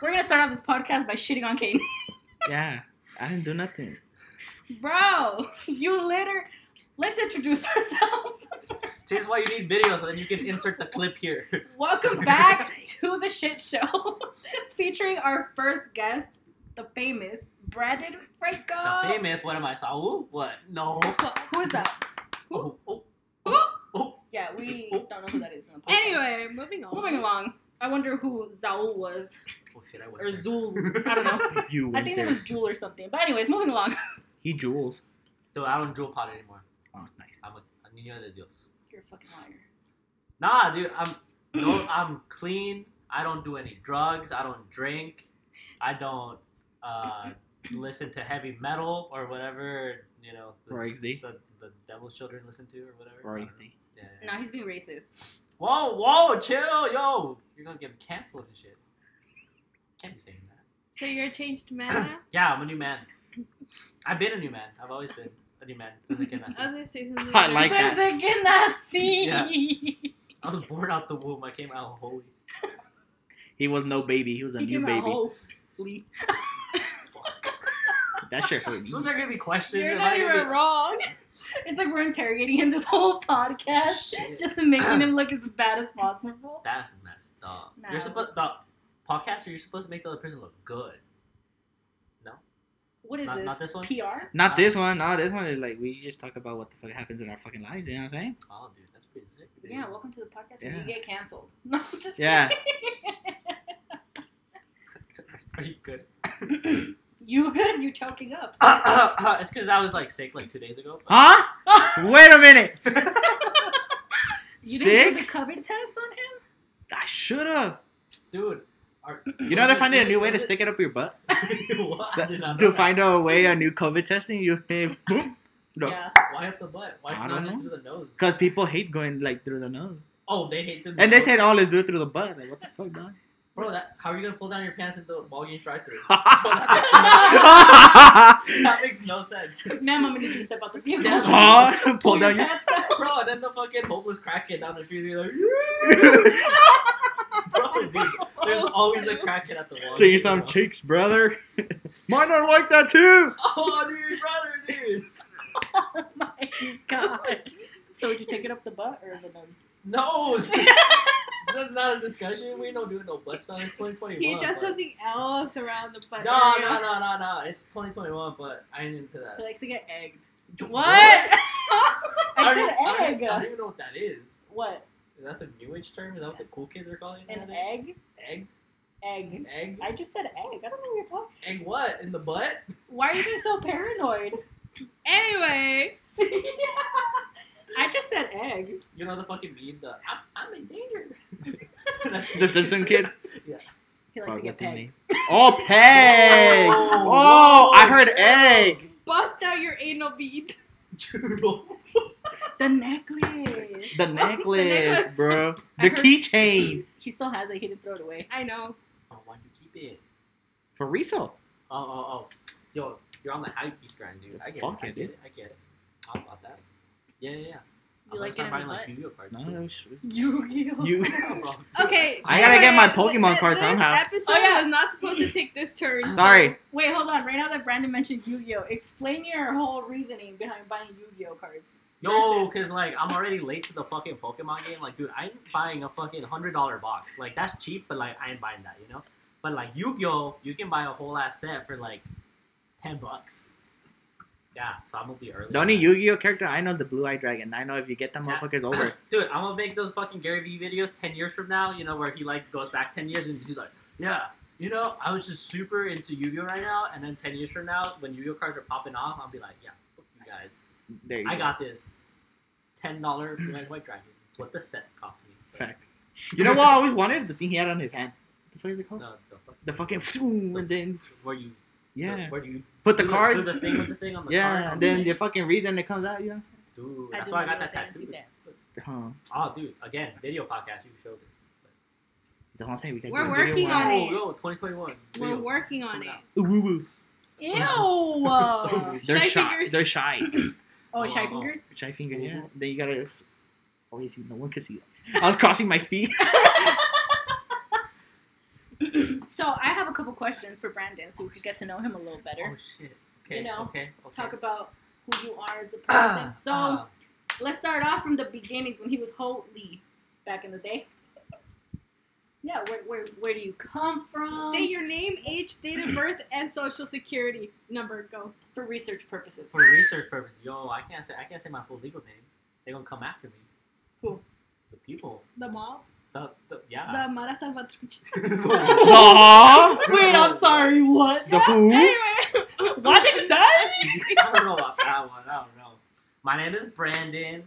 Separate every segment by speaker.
Speaker 1: We're gonna start off this podcast by shitting on Kane.
Speaker 2: yeah, I didn't do nothing.
Speaker 1: Bro, you littered. Let's introduce ourselves.
Speaker 3: This is why you need video, so then you can insert the clip here.
Speaker 1: Welcome back to the shit show, featuring our first guest, the famous Brandon Franco.
Speaker 3: The famous, what am I, Saul? What? No.
Speaker 1: Who is that?
Speaker 3: Oh, oh,
Speaker 1: Yeah, we don't know who that is. In the podcast.
Speaker 4: Anyway, moving on.
Speaker 1: moving along. I wonder who Zaul was
Speaker 3: oh shit, I went
Speaker 1: or
Speaker 3: there.
Speaker 1: Zul. I don't know.
Speaker 2: You
Speaker 1: I
Speaker 2: went
Speaker 1: think
Speaker 2: there.
Speaker 1: that was Jewel or something. But anyways, moving along.
Speaker 2: He jewels.
Speaker 3: Dude, I don't drill pot anymore.
Speaker 2: Oh, nice.
Speaker 3: I'm a niño de Dios.
Speaker 1: You're a fucking liar.
Speaker 3: Nah, dude, I'm no, I'm clean. I don't do any drugs. I don't drink. I don't uh, listen to heavy metal or whatever you know. The,
Speaker 2: Rory XD.
Speaker 3: the, the devil's children listen to or whatever.
Speaker 2: Rory
Speaker 3: I don't know.
Speaker 2: XD.
Speaker 3: Yeah, yeah.
Speaker 1: No, he's being racist.
Speaker 3: Whoa, whoa, chill, yo! You're gonna get canceled and shit. Can't be saying that.
Speaker 4: So you're a changed man now?
Speaker 3: Yeah, I'm a new man. I've been a new man. I've always been a new man. Doesn't get messy.
Speaker 4: I was gonna say something.
Speaker 2: I like- that.
Speaker 1: Desde que nací.
Speaker 3: I was born out the womb. I came out holy.
Speaker 2: He was no baby. He was a
Speaker 1: He
Speaker 2: new
Speaker 1: came out
Speaker 2: baby.
Speaker 1: whole.
Speaker 2: That shit hurt me.
Speaker 3: So is there gonna be questions?
Speaker 4: You're
Speaker 3: Am
Speaker 4: not
Speaker 3: I gonna
Speaker 4: even wrong.
Speaker 1: It's like we're interrogating him this whole
Speaker 3: be-
Speaker 1: podcast,
Speaker 3: Shit.
Speaker 1: just making him look as bad as possible.
Speaker 3: That's messed up.
Speaker 1: No.
Speaker 3: You're supposed the podcast. You're supposed to make the other person look good.
Speaker 1: What is
Speaker 3: Not-
Speaker 1: this?
Speaker 3: not this one?
Speaker 1: PR?
Speaker 2: Not this one. No, this one is like we just talk about what the fuck happens in our fucking lives. You know what I'm saying?
Speaker 3: Oh, dude, that's pretty sick. dude.
Speaker 1: Yeah, welcome to the podcast where
Speaker 2: Yeah.
Speaker 1: you get canceled. No, I'm just
Speaker 2: Yeah.
Speaker 3: Are you good?
Speaker 1: kidding. you good? You choking up.
Speaker 3: Uh, it's because I was like sick like two days ago.
Speaker 2: Huh? Wait a minute.
Speaker 1: you didn't
Speaker 2: sick?
Speaker 1: do the COVID test on him?
Speaker 2: I should have.
Speaker 3: Dude, are,
Speaker 2: You know they're finding a new way to stick it up your butt.
Speaker 3: what? I did not know
Speaker 2: To
Speaker 3: that.
Speaker 2: find a way a new COVID testing, you boom. No.
Speaker 1: Yeah.
Speaker 3: why up the butt? Why
Speaker 2: I
Speaker 3: not
Speaker 2: don't
Speaker 3: just
Speaker 2: know.
Speaker 3: through the nose?
Speaker 2: Because people hate going like through the nose.
Speaker 3: oh, they hate the.
Speaker 2: And they
Speaker 3: nose.
Speaker 2: said, oh, let's do it through the butt. Like, what the fuck, dog?
Speaker 3: bro, that, how are you gonna pull down your pants at the ball game drive-through? that makes no sense.
Speaker 1: Ma'am, I'm gonna need you to step out the vehicle. Oh
Speaker 3: Yeah.
Speaker 2: Huh? Pull
Speaker 1: Pull
Speaker 2: down your.
Speaker 1: pants down.
Speaker 3: bro, and then the fucking homeless crackhead down the street is gonna be like, bro, dude, there's always a crackhead at the wall.
Speaker 2: See some cheeks, brother. Mine are like that too.
Speaker 3: Oh, dude, brother, dude.
Speaker 1: Oh my god. So would you take it up the butt or the nose?
Speaker 3: No, that's not a discussion. We don't do no butt stuff. It's 2021.
Speaker 4: He does
Speaker 3: but-
Speaker 4: something else around the butt.
Speaker 3: No,
Speaker 4: area.
Speaker 3: no, no, no, no. It's 2021, but I ain't into
Speaker 1: He
Speaker 3: that.
Speaker 1: likes to get egged. What?
Speaker 3: I
Speaker 1: I
Speaker 3: don't- I
Speaker 1: said
Speaker 3: don't, I
Speaker 1: egg.
Speaker 3: don't even know what that is.
Speaker 1: What?
Speaker 3: Is that some new age term? Is that what the cool kids are calling it?
Speaker 1: An
Speaker 3: nowadays?
Speaker 1: egg?
Speaker 3: Egg?
Speaker 1: Egg.
Speaker 3: Egg?
Speaker 1: I just said egg. I don't know what you're talking.
Speaker 3: Egg what? In the butt?
Speaker 1: Why are you being so paranoid?
Speaker 4: Anyway,
Speaker 1: I just said egg.
Speaker 3: You know the fucking meme, the I'm, I'm in danger. That's-
Speaker 2: The Simpson kid.
Speaker 1: He likes
Speaker 2: Fuck,
Speaker 1: to get
Speaker 2: what's his
Speaker 1: pegged.
Speaker 2: name? Oh, peg. Oh, I heard
Speaker 3: Whoa,
Speaker 2: egg.
Speaker 4: bust out your anal beads.
Speaker 3: Dude.
Speaker 1: The necklace.
Speaker 2: The necklace,
Speaker 4: necklace.
Speaker 2: bro.
Speaker 4: I
Speaker 2: The
Speaker 4: heard-
Speaker 2: keychain
Speaker 1: He still has it. He didn't throw it away.
Speaker 4: I know.
Speaker 3: Oh, why do you keep it?
Speaker 2: for resale.
Speaker 3: Oh, oh, oh. Yo, you're on the hype beast grind, dude. I get
Speaker 2: Fuck
Speaker 3: it. I
Speaker 2: it,
Speaker 3: get it. I get it. How about that? Yeah, yeah, yeah.
Speaker 1: You like it
Speaker 3: I'm
Speaker 1: in
Speaker 3: buying
Speaker 1: the
Speaker 3: like
Speaker 1: butt?
Speaker 3: Yu-Gi-Oh cards.
Speaker 2: No,
Speaker 3: too. Oh,
Speaker 2: no, sh-
Speaker 1: Yu-Gi-Oh.
Speaker 2: You-
Speaker 3: Yeah, bro.
Speaker 4: Okay.
Speaker 2: I gotta get my
Speaker 4: anyway,
Speaker 2: Pokemon
Speaker 4: th-
Speaker 2: card
Speaker 4: this
Speaker 2: somehow.
Speaker 4: Episode
Speaker 1: Oh, yeah.
Speaker 4: was not supposed to take this turn.
Speaker 2: Sorry.
Speaker 1: Wait, hold on. Right now that Brandon mentioned Yu-Gi-Oh, explain your whole reasoning behind buying Yu-Gi-Oh cards.
Speaker 3: Yo, cause like I'm already late to the fucking Pokemon game. Like, dude, I'm buying a fucking hundred dollar box. Like that's cheap, but like I ain't buying that, you know. But like Yu-Gi-Oh, you can buy a whole ass set for like ten bucks. Yeah, so I'm gonna be early.
Speaker 2: The
Speaker 3: on
Speaker 2: only
Speaker 3: that.
Speaker 2: Yu-Gi-Oh character I know the Blue Eye Dragon. I know if you get them
Speaker 3: Yeah.
Speaker 2: motherfuckers over.
Speaker 3: Dude, I'm gonna make those fucking Gary Vee videos ten years from now, you know, where he like goes back ten years and he's like, Yeah, you know, I was just super into Yu-Gi-Oh right now, and then ten years from now, when Yu-Gi-Oh cards are popping off, I'll be like, Yeah, fuck you guys.
Speaker 2: There you
Speaker 3: I
Speaker 2: go.
Speaker 3: got this ten dollar white dragon. It's what the set cost me.
Speaker 2: Fact. You know what I always wanted? The thing he had on his hand. The fuck is it
Speaker 3: The,
Speaker 2: called?
Speaker 3: the fuck
Speaker 2: The fucking and then
Speaker 3: where you
Speaker 2: yeah.
Speaker 3: the, where you
Speaker 2: Put the
Speaker 3: do
Speaker 2: cards.
Speaker 3: do the thing with the thing on the card.
Speaker 2: yeah,
Speaker 3: on
Speaker 2: and
Speaker 3: the
Speaker 2: then
Speaker 3: thing.
Speaker 2: the fucking read and it comes out. You know what
Speaker 3: dude,
Speaker 1: I
Speaker 3: that's
Speaker 1: do
Speaker 3: why I
Speaker 1: know
Speaker 3: got that
Speaker 1: that fancy
Speaker 3: tattoo.
Speaker 1: dance.
Speaker 2: I'm saying? Huh.
Speaker 3: Oh, dude, again, video podcast. You can show this.
Speaker 2: That's what I'm saying. We gotta
Speaker 4: We're
Speaker 2: do a video
Speaker 4: working
Speaker 2: one.
Speaker 4: on it.
Speaker 3: Oh, yo, 2021.
Speaker 4: We're
Speaker 3: video.
Speaker 4: working on
Speaker 3: Coming
Speaker 4: it.
Speaker 3: out.
Speaker 2: Ooh, woo, woo.
Speaker 1: Ew.
Speaker 3: Oh,
Speaker 1: oh,
Speaker 2: They're
Speaker 4: Shy
Speaker 2: shy.
Speaker 4: fingers.
Speaker 2: They're shy.
Speaker 1: shy
Speaker 3: Oh.
Speaker 1: fingers.
Speaker 2: Shy finger.
Speaker 3: Ooh.
Speaker 2: Yeah. Then you gotta. Oh, you see, no one can see. That. I was crossing my feet.
Speaker 1: so I have a couple questions for Brandon, so we could get to know him a little better.
Speaker 3: Oh shit. Okay.
Speaker 1: You know,
Speaker 3: okay. Oh, Okay.
Speaker 1: Talk about who you are as a person. so
Speaker 3: Ah,
Speaker 1: let's start off from the beginnings when he was holy back in the day. Yeah, where, where, where do you come from?
Speaker 4: State your name, age, date of birth, and social security number. Go.
Speaker 1: for research purposes.
Speaker 3: for research purposes, yo, I can't say I can't say my full legal name. They're gonna come after me.
Speaker 1: Who?
Speaker 3: The people.
Speaker 4: The mall.
Speaker 3: The, the yeah.
Speaker 4: The Mara Salvatrucha.
Speaker 2: Aw.
Speaker 1: Wait, I'm sorry. What?
Speaker 2: The who?
Speaker 4: Anyway.
Speaker 1: What did you say?
Speaker 3: I don't know about that one. I don't know. My name is Brandon.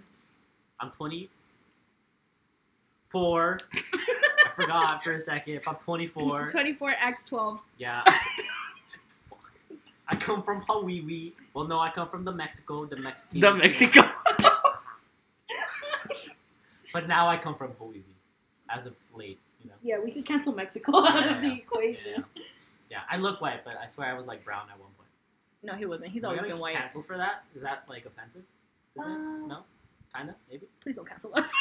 Speaker 3: I'm 24. I forgot for a second. If I'm 24,
Speaker 4: 24 X 12.
Speaker 3: yeah. Fuck. I come from Hawaii. Well, no, I come from the Mexico, the Mexican.
Speaker 2: The Mexico.
Speaker 3: But now I come from Hawaii as of late, you know.
Speaker 1: Yeah, we can cancel Mexico out of
Speaker 3: Yeah.
Speaker 1: the equation.
Speaker 3: Yeah. Yeah, I look white, but I swear I was like brown at one point.
Speaker 1: No, he wasn't. He's
Speaker 3: Am I
Speaker 1: always
Speaker 3: gonna
Speaker 1: been
Speaker 3: get
Speaker 1: white.
Speaker 3: Canceled for that? Is that like offensive? Is
Speaker 1: Uh,
Speaker 3: it? No, kind of, maybe.
Speaker 1: Please don't cancel us.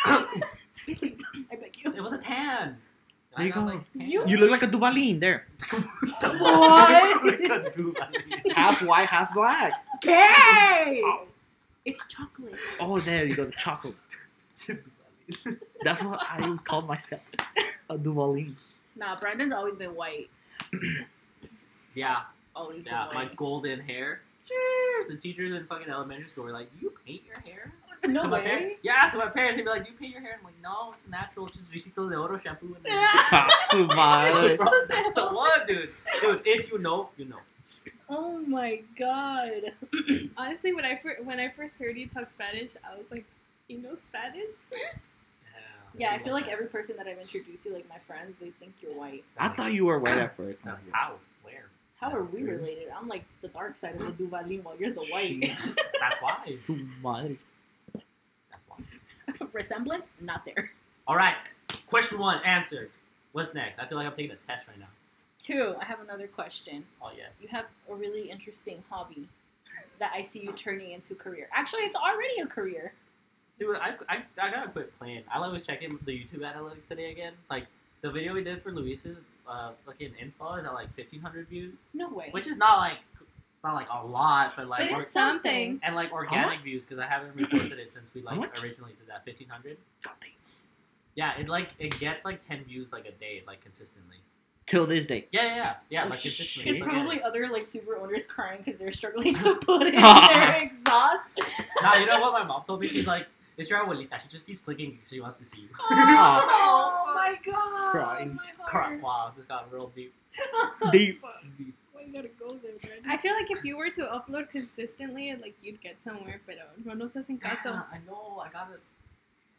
Speaker 1: Please, I beg you.
Speaker 3: It was a tan.
Speaker 2: There you
Speaker 3: I got,
Speaker 2: go.
Speaker 3: like, tan.
Speaker 1: You-
Speaker 2: You look like a Duvalin there.
Speaker 1: What?
Speaker 2: Half white, half black.
Speaker 1: Gay! It's chocolate.
Speaker 2: Oh, there you go. The chocolate. That's what I would call myself. A Duvalin.
Speaker 1: Nah, Brandon's always been white.
Speaker 3: yeah,
Speaker 1: Always
Speaker 3: yeah.
Speaker 1: been
Speaker 3: My
Speaker 1: white.
Speaker 3: golden hair. The teachers in fucking elementary school were like, "You paint your hair?"
Speaker 1: no
Speaker 3: to my parents,
Speaker 1: way.
Speaker 3: yeah, to my parents, they'd be like, "Do you paint your hair?" I'm like, "No, it's natural. It's just Ricitos de Oro shampoo." And
Speaker 2: Su madre.
Speaker 3: Bro, that's the one, dude. Dude, if you know, you know.
Speaker 1: Oh my god.
Speaker 4: Honestly, when I, fir- when I first heard you talk Spanish, I was like, you know Spanish?
Speaker 1: Yeah, I feel like every person that I've introduced you, like my friends, they think you're white.
Speaker 2: I thought you were white at first.
Speaker 3: Now, How? Where?
Speaker 1: How are we related? I'm like the dark side of the Duvalin while you're the white.
Speaker 3: Jeez, That's why.
Speaker 2: Su madre.
Speaker 3: That's why.
Speaker 1: Resemblance? Not there.
Speaker 3: All right. Question one answered. What's next? I feel like I'm taking a test right now.
Speaker 1: Two, I have another question.
Speaker 3: Oh yes.
Speaker 1: You have a really interesting hobby that I see you turning into career. Actually, it's already a career.
Speaker 3: Dude, I, I, I gotta quit playing. I was checking the YouTube analytics today again. Like, the video we did for Luis's uh, fucking install is at like 1,500 views,
Speaker 1: No way.
Speaker 3: which is not like not like a lot, but like
Speaker 1: but
Speaker 3: or-
Speaker 1: it's something.
Speaker 3: and like organic views because I haven't reposted it since we like
Speaker 2: How much?
Speaker 3: originally did that 1,500. Yeah, it like it gets like 10 views like a day, like consistently.
Speaker 2: Till this day.
Speaker 3: Yeah, yeah, yeah, yeah
Speaker 2: Oh,
Speaker 3: like
Speaker 2: shit.
Speaker 3: consistently.
Speaker 1: It's
Speaker 3: like,
Speaker 1: probably
Speaker 3: yeah.
Speaker 1: other like super owners crying because they're struggling to put in their exhaust.
Speaker 3: nah, you know what? My mom told me she's like, it's your abuelita. She just keeps clicking because she wants to see you.
Speaker 1: Oh, my god!
Speaker 2: Crying.
Speaker 1: My
Speaker 3: Crap!
Speaker 1: heart.
Speaker 3: Wow, this got real deep.
Speaker 2: Deep.
Speaker 4: Why you gotta go there, I feel like if you were to upload consistently, like you'd get somewhere, but no nos hacen caso.
Speaker 3: I know. I gotta.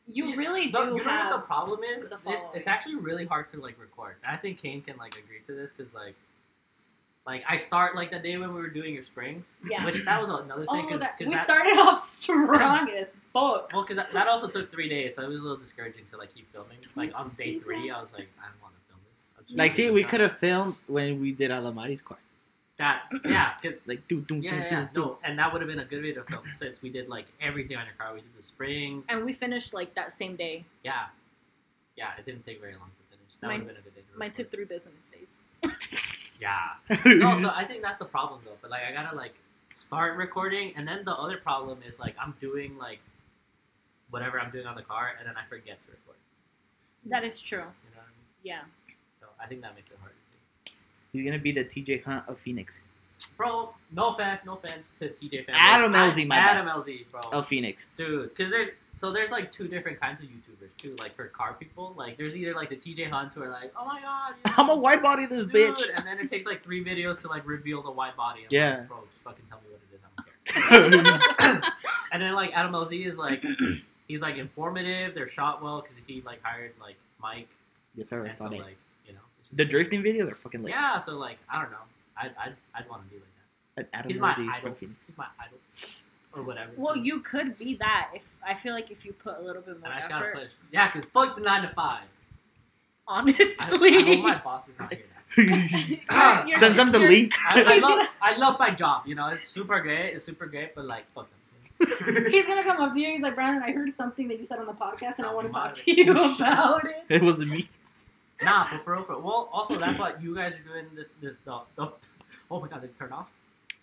Speaker 1: You really
Speaker 3: The-
Speaker 1: do
Speaker 3: you know
Speaker 1: have.
Speaker 3: what the problem is?
Speaker 1: the
Speaker 3: it's,
Speaker 1: following.
Speaker 3: it's actually really hard to like record. And I think Kane can like agree to this because like, like I start like the day when we were doing your springs,
Speaker 1: yeah.
Speaker 3: which that was another thing.
Speaker 1: Oh,
Speaker 3: Cause,
Speaker 1: that,
Speaker 3: 'cause
Speaker 1: we
Speaker 3: that-
Speaker 1: started off strong as fuck.
Speaker 3: Well, because that, that also took three days, so it was a little discouraging to like keep filming. Like on day
Speaker 1: See
Speaker 3: three,
Speaker 1: that?
Speaker 3: I was like, I don't want to film this. I'm just
Speaker 2: Like,
Speaker 3: gonna
Speaker 2: see,
Speaker 3: do
Speaker 2: we
Speaker 3: that.
Speaker 2: could have filmed when we did Alamari's part.
Speaker 3: that. Yeah, because
Speaker 2: Like, do, do, do,
Speaker 3: yeah, yeah, yeah,
Speaker 2: do.
Speaker 3: no, and that would have been a good video to film since we did like everything on your car. We did the springs.
Speaker 1: And we finished like that same day.
Speaker 3: Yeah. Yeah, it didn't take very long to finish. That
Speaker 1: Mine-
Speaker 3: would have been a good day. to
Speaker 1: Mine took
Speaker 3: record.
Speaker 1: three business days.
Speaker 3: Yeah. No, so I think that's the problem though. But like, I gotta like start recording, and then the other problem is like I'm doing like whatever I'm doing on the car, and then I forget to record.
Speaker 1: That is true.
Speaker 3: You know what I mean?
Speaker 1: Yeah.
Speaker 3: So I think that makes it harder. Too.
Speaker 2: He's gonna be the TJ Hunt of Phoenix.
Speaker 3: Bro, no offense, no offense to TJ fans.
Speaker 2: Adam LZ, my bad.
Speaker 3: Adam LZ, bro.
Speaker 2: Of Phoenix.
Speaker 3: Dude, because there's so there's like two different kinds of YouTubers too. Like for car people, like there's either like the TJ Hunt who are like, oh my god, you
Speaker 2: I'm a
Speaker 3: know,
Speaker 2: white body this
Speaker 3: Dude,
Speaker 2: bitch.
Speaker 3: and then it takes like three videos to like reveal the white body. I'm
Speaker 2: Yeah.
Speaker 3: Like, Bro, just fucking tell me what it is. I don't care.
Speaker 2: yeah,
Speaker 3: and then like Adam LZ is like, he's like informative. They're shot well because he like hired like Mike.
Speaker 2: sorry, I
Speaker 3: And so
Speaker 2: saw that.
Speaker 3: like you know. it's just-
Speaker 2: The drifting videos are fucking like
Speaker 3: Yeah. So like I don't know. I I I'd want to be like that.
Speaker 2: an Adam
Speaker 3: He's my
Speaker 2: Rosie
Speaker 3: idol.
Speaker 2: from Phoenix.
Speaker 3: He's my idol. Or whatever.
Speaker 1: Well, you could be that if I feel like if you put a little bit more
Speaker 3: And I just gotta
Speaker 1: effort.
Speaker 3: push. Yeah, cause fuck the nine to five.
Speaker 1: Honestly,
Speaker 3: I, I hope my boss is not here now.
Speaker 4: You're-
Speaker 2: Ah, Send them the
Speaker 4: you're-
Speaker 2: link.
Speaker 3: I, I love I love my job. You know, it's super great. It's super great, but like fuck them.
Speaker 1: he's gonna come up to you. He's like, Brandon, I heard something that you said on the podcast, and I
Speaker 3: Oh,
Speaker 1: want to
Speaker 3: my.
Speaker 1: talk to you about it.
Speaker 2: it wasn't me.
Speaker 3: Nah, but for real, for real. Well, also that's why you guys are doing this. this the, the, oh my god, did it turn off?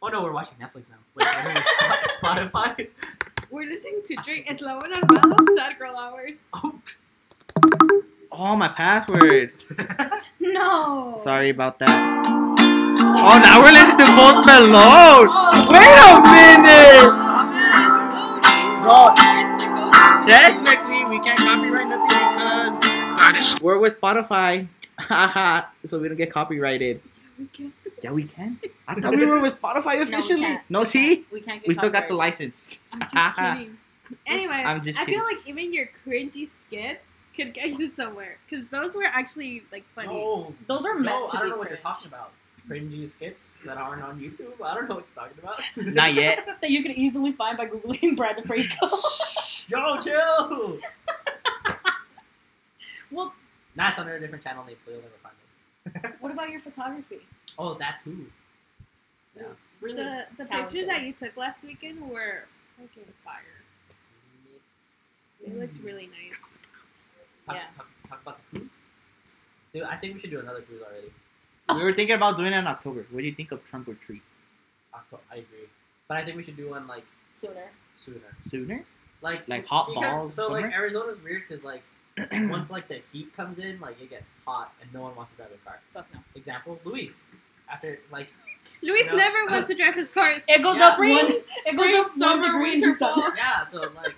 Speaker 3: Oh no, we're watching Netflix now. Wait, I mean, Sp- Spotify.
Speaker 4: We're listening
Speaker 2: Ah,
Speaker 4: to Drake Eslabon Armado, Sad Girl Hours.
Speaker 3: Oh.
Speaker 2: Oh, my password.
Speaker 1: No.
Speaker 2: Sorry about that. Oh, now we're listening to Post Malone. Wait a minute. Well, technically, we can't copyright nothing because
Speaker 5: That is
Speaker 2: we're with Spotify. Haha. so we don't get copyrighted. Yeah, we can. I thought we were with Spotify
Speaker 1: we
Speaker 2: officially. No,
Speaker 1: can't. We
Speaker 2: Oh, see?
Speaker 1: can't- we can't get
Speaker 2: We still got the
Speaker 1: copyrighted.
Speaker 2: license.
Speaker 4: I'm just kidding. Anyway,
Speaker 2: I'm just
Speaker 4: I
Speaker 2: kidding.
Speaker 4: feel like even your cringy skits could get you somewhere because those were actually like funny.
Speaker 2: Oh,
Speaker 3: No,
Speaker 1: Those are meant
Speaker 3: no,
Speaker 1: to
Speaker 3: I
Speaker 1: be
Speaker 3: don't know what you're
Speaker 1: cringe.
Speaker 3: talking about. Cringy skits that aren't on YouTube. I don't know what you're talking about.
Speaker 2: Not yet.
Speaker 1: That you can easily find by googling Brad the
Speaker 3: Yo, chill.
Speaker 1: well,
Speaker 3: Nah, it's under a different channel name, so you'll never find it.
Speaker 1: what about your photography?
Speaker 3: Oh, that too. Yeah. Really?
Speaker 4: The, the
Speaker 1: Talented.
Speaker 4: pictures that you took last weekend were fucking fire. They looked
Speaker 3: Mm.
Speaker 4: really nice.
Speaker 3: Talk,
Speaker 1: Yeah.
Speaker 3: talk, talk about the cruise. Dude, I think we should do another cruise already.
Speaker 2: we were thinking about doing it in October. What do you think of trunk or treat?
Speaker 3: Octo- I agree, but I think we should do one like
Speaker 1: Sooner.
Speaker 3: sooner.
Speaker 2: Sooner?
Speaker 3: Like
Speaker 2: Like hot
Speaker 3: because-
Speaker 2: balls
Speaker 3: So like
Speaker 2: summer?
Speaker 3: Arizona's weird because like once like the heat comes in, like it gets hot and no one wants to drive a car.
Speaker 1: Fuck no.
Speaker 3: Example, Luis. After like
Speaker 4: Luis
Speaker 3: No.
Speaker 4: never wants to drive his car.
Speaker 1: It goes
Speaker 3: Yeah,
Speaker 1: up
Speaker 4: spring,
Speaker 1: one. It goes
Speaker 4: spring,
Speaker 1: up one
Speaker 4: summer,
Speaker 1: degree. and
Speaker 4: winter,
Speaker 1: he's done.
Speaker 4: fall.
Speaker 3: yeah, so like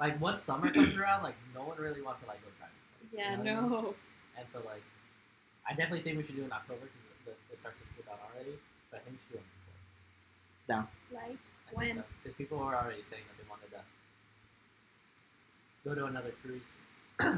Speaker 3: like once summer comes around, like no one really wants to like go driving. Like, you
Speaker 4: Yeah,
Speaker 3: know what I mean?
Speaker 4: no.
Speaker 3: And so like I definitely think we should do it in October because it starts to cool down already. But I think we should do it before.
Speaker 4: Like, When?
Speaker 3: Because people were already saying that they wanted to go to another cruise.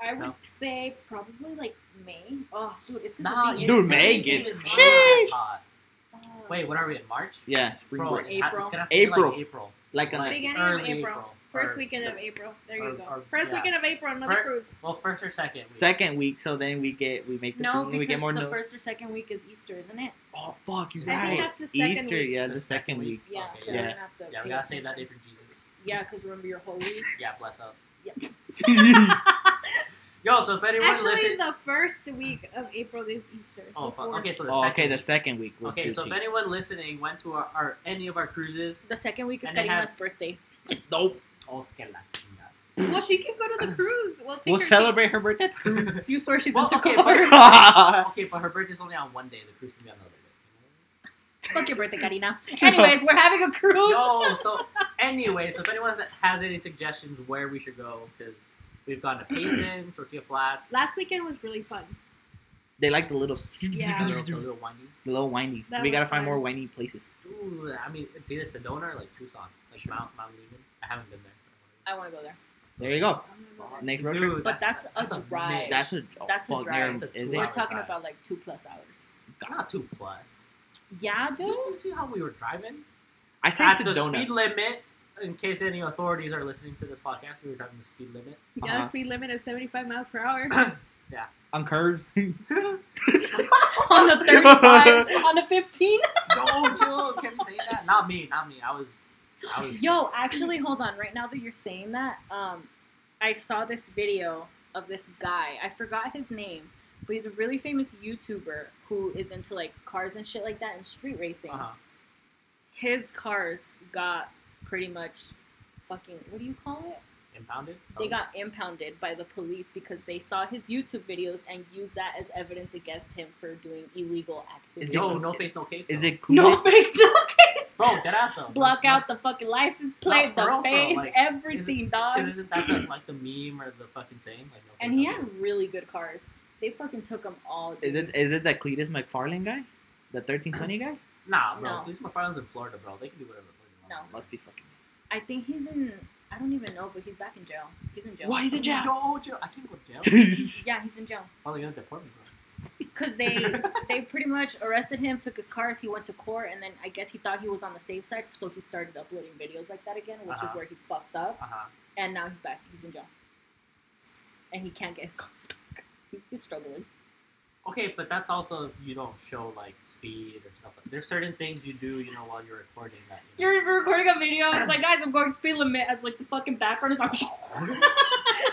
Speaker 1: I would
Speaker 3: No.
Speaker 1: say probably like May. Oh, dude, it's 'cause
Speaker 3: Nah,
Speaker 1: the thing
Speaker 2: dude,
Speaker 1: is-
Speaker 2: May
Speaker 1: it's
Speaker 2: gets
Speaker 1: even
Speaker 3: Even
Speaker 1: hotter.
Speaker 2: shit.
Speaker 3: March, it's hot.
Speaker 1: Fuck.
Speaker 3: Wait, what are we in March?
Speaker 2: Yeah, spring
Speaker 3: Bro,
Speaker 2: break.
Speaker 3: it ha-
Speaker 1: April.
Speaker 3: It's gonna have to be
Speaker 2: April.
Speaker 3: like April.
Speaker 2: Like
Speaker 3: Like
Speaker 2: an
Speaker 4: Beginning of
Speaker 3: early
Speaker 4: April. first
Speaker 3: or
Speaker 4: weekend of
Speaker 3: the-
Speaker 4: April. There you
Speaker 3: or-
Speaker 4: go.
Speaker 3: or-
Speaker 4: first
Speaker 3: yeah.
Speaker 4: weekend of April, another
Speaker 3: Fir-
Speaker 4: cruise.
Speaker 3: Well, first or second. Week.
Speaker 2: second week, so then we get we make the
Speaker 1: No,
Speaker 2: food and we get
Speaker 1: because
Speaker 2: more
Speaker 1: the
Speaker 2: no-
Speaker 1: first or second week is Easter, isn't it?
Speaker 2: Oh fuck, you're
Speaker 3: I
Speaker 2: right.
Speaker 3: think
Speaker 4: that's the second
Speaker 2: Easter,
Speaker 4: week.
Speaker 2: yeah,
Speaker 3: The
Speaker 2: the, second
Speaker 3: second
Speaker 2: week.
Speaker 1: Yeah,
Speaker 3: Okay,
Speaker 1: so
Speaker 2: yeah.
Speaker 1: we're gonna have to
Speaker 3: Yeah, we
Speaker 1: pay
Speaker 3: gotta save that day
Speaker 1: attention.
Speaker 3: for Jesus.
Speaker 1: Yeah, because remember your whole week.
Speaker 3: Yeah, bless up.
Speaker 1: Yeah.
Speaker 3: Yo, so if anyone
Speaker 4: Actually,
Speaker 3: listen,
Speaker 4: the first week of April is Easter.
Speaker 3: oh
Speaker 4: the
Speaker 3: fuck.
Speaker 4: fourth.
Speaker 3: Okay, so the
Speaker 2: oh,
Speaker 3: second.
Speaker 2: okay, the
Speaker 3: week.
Speaker 2: second week. we're
Speaker 3: Okay, so if
Speaker 2: busy.
Speaker 3: anyone listening went to our, our any of our cruises,
Speaker 1: The second week is
Speaker 3: And they have-
Speaker 1: Karina's birthday.
Speaker 2: nope.
Speaker 3: oh, que la chingada.
Speaker 4: Well, she can go to the cruise. We'll take
Speaker 2: We'll
Speaker 4: her
Speaker 2: celebrate her birthday.
Speaker 1: You swear she's
Speaker 3: Well,
Speaker 1: into
Speaker 3: okay,
Speaker 1: Kabari.
Speaker 2: Fuck
Speaker 3: Okay, but her birthday's only on one day. The cruise can be on another day.
Speaker 1: Fuck your birthday, Karina. Anyways, we're having a cruise.
Speaker 3: No, so anyway, so if anyone has any suggestions where we should go, because we've gone to Payson, Tortilla Flats,
Speaker 4: Last weekend was really fun.
Speaker 2: they like the little
Speaker 4: Yeah.
Speaker 3: the little, the little windies.
Speaker 2: the little windy.
Speaker 4: That
Speaker 2: we
Speaker 4: was
Speaker 2: gotta find
Speaker 4: fun.
Speaker 2: more windy places.
Speaker 3: Ooh, I mean, it's either Sedona or like Tucson, like Mount Mount Lehman. I haven't been there.
Speaker 1: I want to go there.
Speaker 2: There you go.
Speaker 4: I'm gonna go there.
Speaker 2: Next road
Speaker 3: Dude,
Speaker 2: trip.
Speaker 1: But that's a
Speaker 3: a
Speaker 1: drive.
Speaker 3: mix.
Speaker 2: That's a oh,
Speaker 1: That's a
Speaker 2: fuck,
Speaker 1: drive.
Speaker 2: near-
Speaker 1: It's
Speaker 3: a
Speaker 2: is
Speaker 3: two-hour
Speaker 1: We're
Speaker 2: it?
Speaker 3: Wow,
Speaker 1: talking
Speaker 3: God.
Speaker 1: about like two plus hours.
Speaker 3: not two plus.
Speaker 1: Yeah,
Speaker 3: Did
Speaker 1: dude.
Speaker 3: you see how we were driving?
Speaker 2: I say
Speaker 3: At the speed
Speaker 2: Sedona.
Speaker 3: limit. In case any authorities are listening to this podcast, we were driving the speed limit.
Speaker 4: Yeah, the
Speaker 2: Uh-huh.
Speaker 4: speed limit of 75 miles per hour.
Speaker 2: On curves.
Speaker 1: on the 35, on the 15.
Speaker 3: No, Joe, can you say that? Not me, not me. I was, I was.
Speaker 1: Yo, actually, hold on. Right now that you're saying that, um, I saw this video of this guy. I forgot his name, but he's a really famous YouTuber who is into like cars and shit like that and street racing.
Speaker 3: Uh-huh.
Speaker 1: His cars got pretty much fucking what do you call it?
Speaker 3: Impounded?
Speaker 1: They got impounded by the police because they saw his YouTube videos and used that as evidence against him for doing illegal activities.
Speaker 3: Yo,
Speaker 2: Is it-
Speaker 3: no face, no case.
Speaker 2: Is
Speaker 3: though.
Speaker 2: it cool?
Speaker 1: no face, no case.
Speaker 3: Bro, dead ass though.
Speaker 1: Block out the fucking license plate,
Speaker 3: for
Speaker 1: the
Speaker 3: real, for real,
Speaker 1: face,
Speaker 3: like,
Speaker 1: everything, dog.
Speaker 3: Because isn't that the, like the meme or the fucking saying? Like, no
Speaker 1: And
Speaker 3: face,
Speaker 1: he
Speaker 3: no
Speaker 1: had
Speaker 3: case.
Speaker 1: really good cars. They fucking took them all.
Speaker 2: Is it is it that Cletus McFarlane guy? The thirteen twenty guy?
Speaker 3: Nah, bro.
Speaker 1: No.
Speaker 3: At least my father's in Florida, bro. They can do whatever. the fuck they want.
Speaker 2: Must be fucking
Speaker 1: I think he's in. I don't even know, but he's back in jail. He's in jail.
Speaker 2: Why is it jail?
Speaker 3: Yo, Joe, I can't go to jail.
Speaker 2: Dude.
Speaker 1: Yeah, he's in jail
Speaker 3: Oh, they're gonna deport me, bro.
Speaker 1: because they they pretty much arrested him, took his cars, he went to court, and then I guess he thought he was on the safe side, so he started uploading videos like that again, which
Speaker 3: Uh-huh.
Speaker 1: is where he fucked up,
Speaker 3: Uh huh.
Speaker 1: and now he's back. He's in jail, and he can't get his cars back. He's, he's struggling.
Speaker 3: Okay, but that's also you don't show like speed or stuff. Like, there's certain things you do, you know, while you're recording that. You know?
Speaker 1: You're recording a video. It's like, guys, I'm going speed limit. As like the fucking background is like,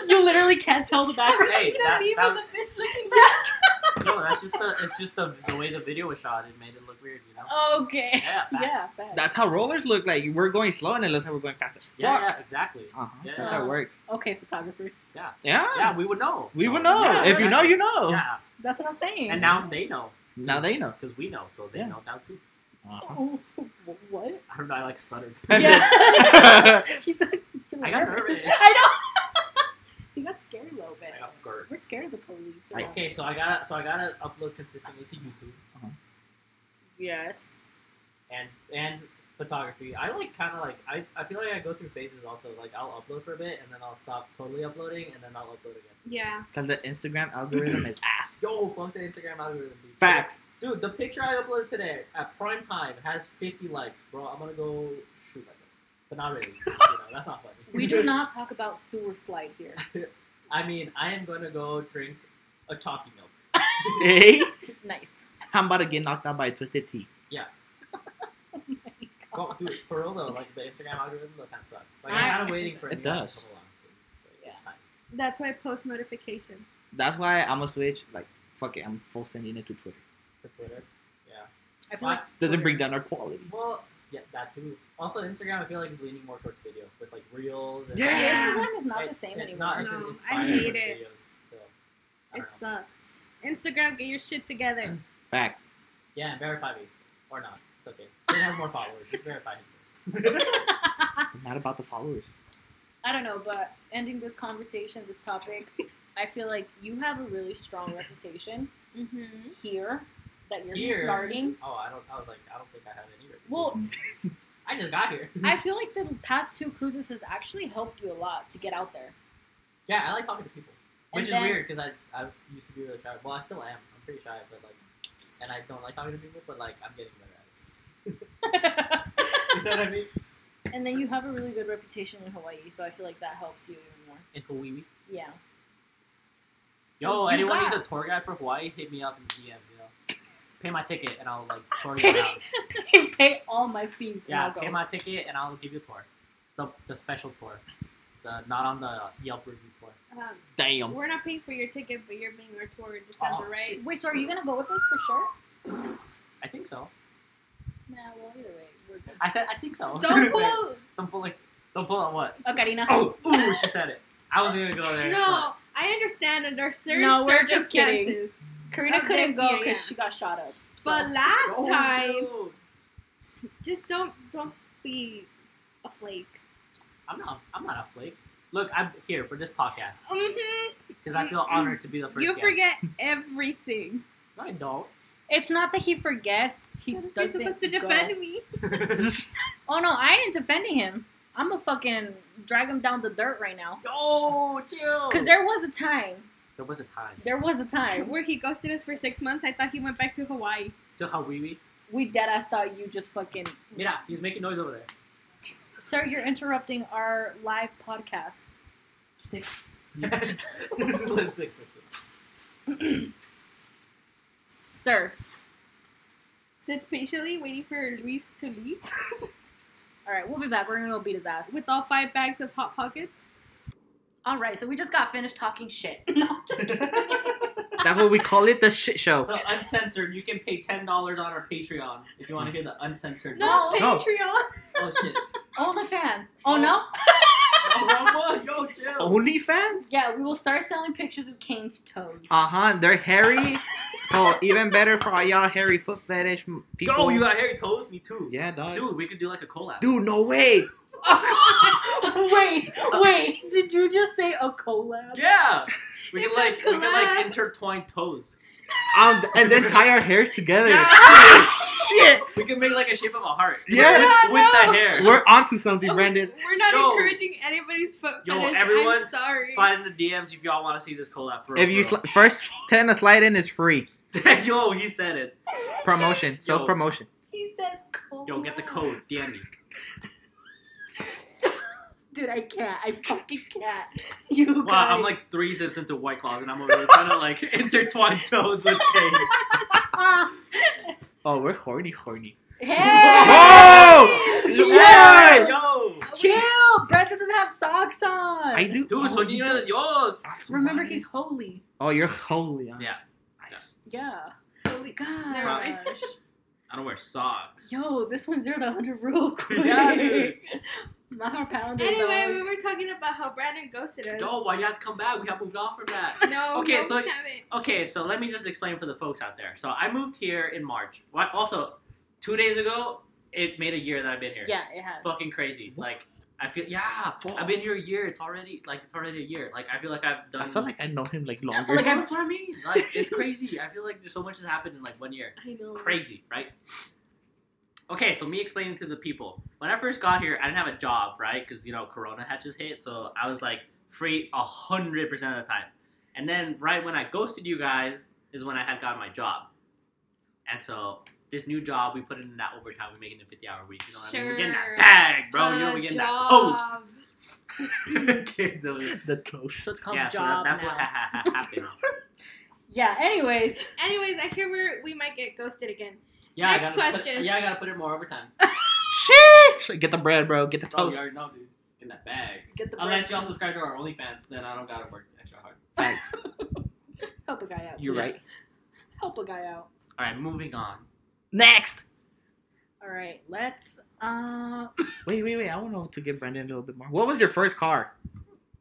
Speaker 1: you literally can't tell the background.
Speaker 3: Hey, that,
Speaker 4: meme
Speaker 3: that-
Speaker 4: was a fish looking back.
Speaker 3: no, that's just the it's just the, the way the video was shot. It made it look weird, you know.
Speaker 1: Oh, Okay.
Speaker 3: Yeah, facts.
Speaker 1: Yeah. facts.
Speaker 2: That's how rollers look like. We're going slow and it looks like we're going fast as fuck.
Speaker 3: Yeah, yeah, exactly.
Speaker 2: Uh-huh.
Speaker 3: Yeah.
Speaker 2: That's how it works.
Speaker 1: Okay, photographers.
Speaker 2: Yeah.
Speaker 3: Yeah, we would know.
Speaker 2: We
Speaker 3: So,
Speaker 2: would know.
Speaker 3: yeah,
Speaker 2: if you know,
Speaker 3: exactly.
Speaker 2: you know.
Speaker 3: Yeah,
Speaker 1: That's what I'm saying.
Speaker 3: and now they know
Speaker 2: Now they know.
Speaker 3: because we know, so they
Speaker 2: Yeah.
Speaker 3: know now too.
Speaker 2: Uh-huh.
Speaker 1: Oh, what?
Speaker 3: I don't know. I like stuttered.
Speaker 2: And
Speaker 1: Yeah. He's like,
Speaker 3: I got nervous.
Speaker 1: I know. he got scared a little bit.
Speaker 3: I got scared.
Speaker 1: We're scared of the police.
Speaker 2: Right.
Speaker 1: around
Speaker 3: Okay,
Speaker 1: here.
Speaker 3: so I gotta so I gotta upload consistently to YouTube
Speaker 1: Yes.
Speaker 3: and and photography. I like kind of like I, I feel like I go through phases also. Like I'll upload for a bit and then I'll stop totally uploading and then I'll upload again.
Speaker 4: Yeah.
Speaker 2: Because the Instagram algorithm is ass.
Speaker 3: Yo, fuck the Instagram algorithm. Dude.
Speaker 2: Facts.
Speaker 3: Dude, the picture I uploaded today at prime time has 50 likes, bro. I'm gonna go shoot myself, but not really. you know, that's not funny.
Speaker 1: We do not talk about sewer slide here.
Speaker 3: I mean, I am gonna go drink a chalky milk.
Speaker 2: Hey,
Speaker 1: Nice.
Speaker 2: I'm about to get knocked out by a twisted tea.
Speaker 3: Go, dude, for real though, like the Instagram algorithm though, kind of sucks. Like
Speaker 1: I-
Speaker 3: I'm kind of waiting for
Speaker 2: It
Speaker 3: new ones
Speaker 2: does.
Speaker 3: to come along. It's, like, it's time.
Speaker 4: That's why I post notifications.
Speaker 2: That's why I'm a switch. Like, fuck it, I'm full sending it to Twitter.
Speaker 3: To Twitter, yeah.
Speaker 1: I feel like
Speaker 3: Like,
Speaker 2: Doesn't
Speaker 3: Twitter-
Speaker 2: bring down our quality.
Speaker 3: Well, yeah, that too. Also, Instagram, I feel like is leaning more towards video with like reels. And
Speaker 2: Yeah.
Speaker 1: Instagram is not
Speaker 3: It-
Speaker 1: the same
Speaker 3: it-
Speaker 1: anymore.
Speaker 3: Not, it's
Speaker 4: No,
Speaker 3: just
Speaker 4: I
Speaker 3: inspired
Speaker 4: hate
Speaker 3: with
Speaker 4: it.
Speaker 3: Videos, so, I don't know.
Speaker 4: It sucks. Instagram, get your shit together.
Speaker 2: Facts.
Speaker 3: Yeah, verify me or not. It's okay. It has more followers. Just verify him first.
Speaker 2: I'm not about the followers.
Speaker 1: I don't know, but ending this conversation, this topic, I feel like you have a really strong reputation
Speaker 4: Mm-hmm.
Speaker 1: here that you're
Speaker 3: Hmm? Here?
Speaker 1: starting.
Speaker 3: oh, I don't. I was like, I don't think I have any. records.
Speaker 1: Well,
Speaker 3: I just got here.
Speaker 1: I feel like the past two cruises has actually helped you a lot to get out there.
Speaker 3: yeah, I like talking to people,
Speaker 1: And
Speaker 3: which
Speaker 1: then-
Speaker 3: is weird because I I used to be really shy. Well, I still am. I'm pretty shy, but like, and I don't like talking to people, but like, I'm getting better at it. You know what I mean?
Speaker 1: and then you have a really good reputation in Hawaii, so I feel like that helps you even more.
Speaker 3: In Hawaii.
Speaker 1: Yeah.
Speaker 3: Yo,
Speaker 1: You
Speaker 3: anyone
Speaker 1: got-
Speaker 3: needs a tour guide for Hawaii? Hit me up in DM. You know, pay my ticket and I'll like tour you around.
Speaker 1: pay all my fees and
Speaker 3: Yeah,
Speaker 1: I'll go.
Speaker 3: pay my ticket and I'll give you a tour. The, the special tour. The not on the Yelp review tour.
Speaker 4: Um,
Speaker 2: Damn.
Speaker 4: We're not paying for your ticket, but you're being our tour in December,
Speaker 3: Oh,
Speaker 4: right?
Speaker 1: Wait, so are you gonna go with us for sure?
Speaker 3: I think so.
Speaker 1: Nah, well either way, we're good.
Speaker 3: I said I think so.
Speaker 4: Don't quote.
Speaker 3: don't pull like don't pull on what?
Speaker 1: Oh, Karina.
Speaker 3: Oh, ooh, she said it. I was gonna go there.
Speaker 4: No, I understand under certain
Speaker 1: No, we're just kidding.
Speaker 4: circumstances.
Speaker 1: Karina
Speaker 4: Okay,
Speaker 1: couldn't go
Speaker 4: yeah,
Speaker 1: because
Speaker 4: yeah.
Speaker 1: she got shot up. So.
Speaker 4: But last
Speaker 3: But- Go,
Speaker 4: time,
Speaker 3: Oh, dude.
Speaker 4: just don't don't be a flake.
Speaker 3: I'm not I'm not a flake. Look, I'm here for this podcast
Speaker 4: hmm
Speaker 3: because I feel honored to be the first.
Speaker 4: You
Speaker 3: guest.
Speaker 4: forget everything.
Speaker 3: No, I don't.
Speaker 1: It's not that he forgets. He
Speaker 4: Shut up, You're
Speaker 1: doesn't.
Speaker 4: supposed to
Speaker 1: go.
Speaker 4: defend me.
Speaker 1: Oh no, I ain't defending him. I'm gonna fucking drag him down the dirt right now.
Speaker 3: Yo, chill.
Speaker 4: Oh.
Speaker 1: Cause there was a time.
Speaker 3: there was a time.
Speaker 1: There was a time.
Speaker 4: Where he ghosted us for six months, I thought he went back to Hawaii.
Speaker 3: To Hawaii.
Speaker 1: We dead ass thought you just fucking.
Speaker 3: Mira, he's making noise over there.
Speaker 1: Sir, you're interrupting our live podcast.
Speaker 3: this is lipstick.
Speaker 1: Sir,
Speaker 4: Sits patiently waiting for Luis to leave
Speaker 1: all right, we'll be back. We're gonna go beat his ass.
Speaker 4: with all five bags of hot pockets.
Speaker 1: All right, so we just got finished talking shit. No, I'm just kidding.
Speaker 2: That's what we call it the shit show.
Speaker 3: The uncensored. You can pay ten dollars on our Patreon if you want to hear the uncensored.
Speaker 4: No,
Speaker 2: No.
Speaker 4: Patreon.
Speaker 3: Oh shit.
Speaker 1: All the fans. Oh no?
Speaker 3: No, Roma, yo, chill.
Speaker 2: OnlyFans?
Speaker 1: Yeah, we will start selling pictures of Kane's toes.
Speaker 2: Uh huh. They're hairy. so even better for all y'all hairy foot fetish m- people.
Speaker 3: Yo, you got hairy toes? Me too.
Speaker 2: yeah, dog. Dude.
Speaker 3: Dude, we could do like a collab.
Speaker 2: no way. Uh,
Speaker 1: wait, wait. Did you just say a collab?
Speaker 3: Yeah. We
Speaker 4: It's
Speaker 3: could
Speaker 4: a
Speaker 3: like we could
Speaker 4: collab.
Speaker 3: like intertwine toes.
Speaker 2: Um, and then tie our hairs together.
Speaker 3: Yeah.
Speaker 2: Shit.
Speaker 3: We could make like a shape of a heart.
Speaker 2: Yeah.
Speaker 3: With, with
Speaker 4: No.
Speaker 3: the hair.
Speaker 2: We're onto something, Brandon.
Speaker 4: We're not
Speaker 3: Yo.
Speaker 4: encouraging anybody's foot
Speaker 3: Yo,
Speaker 4: fetish.
Speaker 3: everyone,
Speaker 4: I'm sorry.
Speaker 3: Slide in the DMs if y'all want to see this collab. For real,
Speaker 2: If you
Speaker 3: for
Speaker 2: sli- first ten a slide in is free
Speaker 3: real. yo, he said it.
Speaker 2: promotion, self promotion.
Speaker 1: He says collab.
Speaker 3: Yo, get the code. DM me.
Speaker 1: Dude, I can't. I fucking can't. You
Speaker 3: Wow, I'm
Speaker 1: guys.
Speaker 3: like three sips into White Claws, and I'm over here trying to like intertwine toes with Kane.
Speaker 1: Ah.
Speaker 2: Oh, we're horny, horny.
Speaker 1: Hey!
Speaker 2: Yo!
Speaker 1: Yeah!
Speaker 2: Yo!
Speaker 3: Yo!
Speaker 1: Chill, Brenda doesn't have socks on.
Speaker 2: I do.
Speaker 3: Dude,
Speaker 2: oh,
Speaker 3: soy niño de Dios!
Speaker 1: Remember, he's holy.
Speaker 2: Oh, you're holy. huh?
Speaker 3: Yeah.
Speaker 2: Nice.
Speaker 1: Yeah.
Speaker 4: Holy
Speaker 1: Gosh.
Speaker 4: Never mind.
Speaker 3: I don't wear socks.
Speaker 1: Yo, this one's zero to 100 real quick.
Speaker 3: Yeah, dude.
Speaker 1: My heart pounded.
Speaker 4: Anyway,
Speaker 1: dog.
Speaker 4: we were talking about how Brandon ghosted us.
Speaker 3: No, why you have to come back? We have moved on from that.
Speaker 4: No,
Speaker 3: Okay,
Speaker 4: no,
Speaker 3: so-
Speaker 4: we haven't.
Speaker 3: Okay, so let me just explain for the folks out there. So I moved here in March. What? Also, two days ago, it made a year that I've been here.
Speaker 1: yeah, it has.
Speaker 3: Fucking crazy. Like I feel yeah.
Speaker 2: Fuck.
Speaker 3: I've been here a year. It's already like it's already a year. Like I feel like I've done.
Speaker 2: I feel like I know him like
Speaker 3: Yeah,
Speaker 2: longer.
Speaker 3: but, like that's what I mean. Like it's crazy. I feel like there's so much has happened in like one year.
Speaker 4: I know.
Speaker 3: Crazy, right? Okay, so me explaining to the people. When I first got here, I didn't have a job, right? Because you know Corona had just hit, so I was like free a hundred percent of the time. And then right when I ghosted you guys is when I had gotten my job. And so this new job, we put in that overtime. We're making it fifty hour week. You know what I mean? We're getting that
Speaker 4: Sure.
Speaker 3: bag, bro. you know
Speaker 4: A
Speaker 3: we're getting
Speaker 4: Uh, job.
Speaker 3: that toast. Kids always-
Speaker 2: the toast.
Speaker 1: so it's called
Speaker 3: yeah, so that-
Speaker 1: job.
Speaker 3: that's
Speaker 1: now.
Speaker 3: what ha- ha- ha- happened.
Speaker 1: Yeah, anyways.
Speaker 4: Anyways, I hear we're, we might get ghosted again.
Speaker 3: Yeah, I
Speaker 4: Next
Speaker 3: gotta put-
Speaker 4: question.
Speaker 3: yeah, I gotta put in more overtime.
Speaker 2: Sheesh! Get the bread, bro. Get the
Speaker 3: Oh, you
Speaker 2: toast.
Speaker 3: already know, dude. In that bag.
Speaker 1: Get the
Speaker 3: Unless
Speaker 1: bread.
Speaker 3: y'all subscribe to our OnlyFans, then I don't gotta work extra hard.
Speaker 1: Help a guy out.
Speaker 2: You're
Speaker 1: please.
Speaker 2: right.
Speaker 1: Help a guy out.
Speaker 3: All right, moving on.
Speaker 2: Next.
Speaker 1: All right, let's. Uh,
Speaker 2: Wait, wait, wait. I want to give Brandon a little bit more. What was your first car?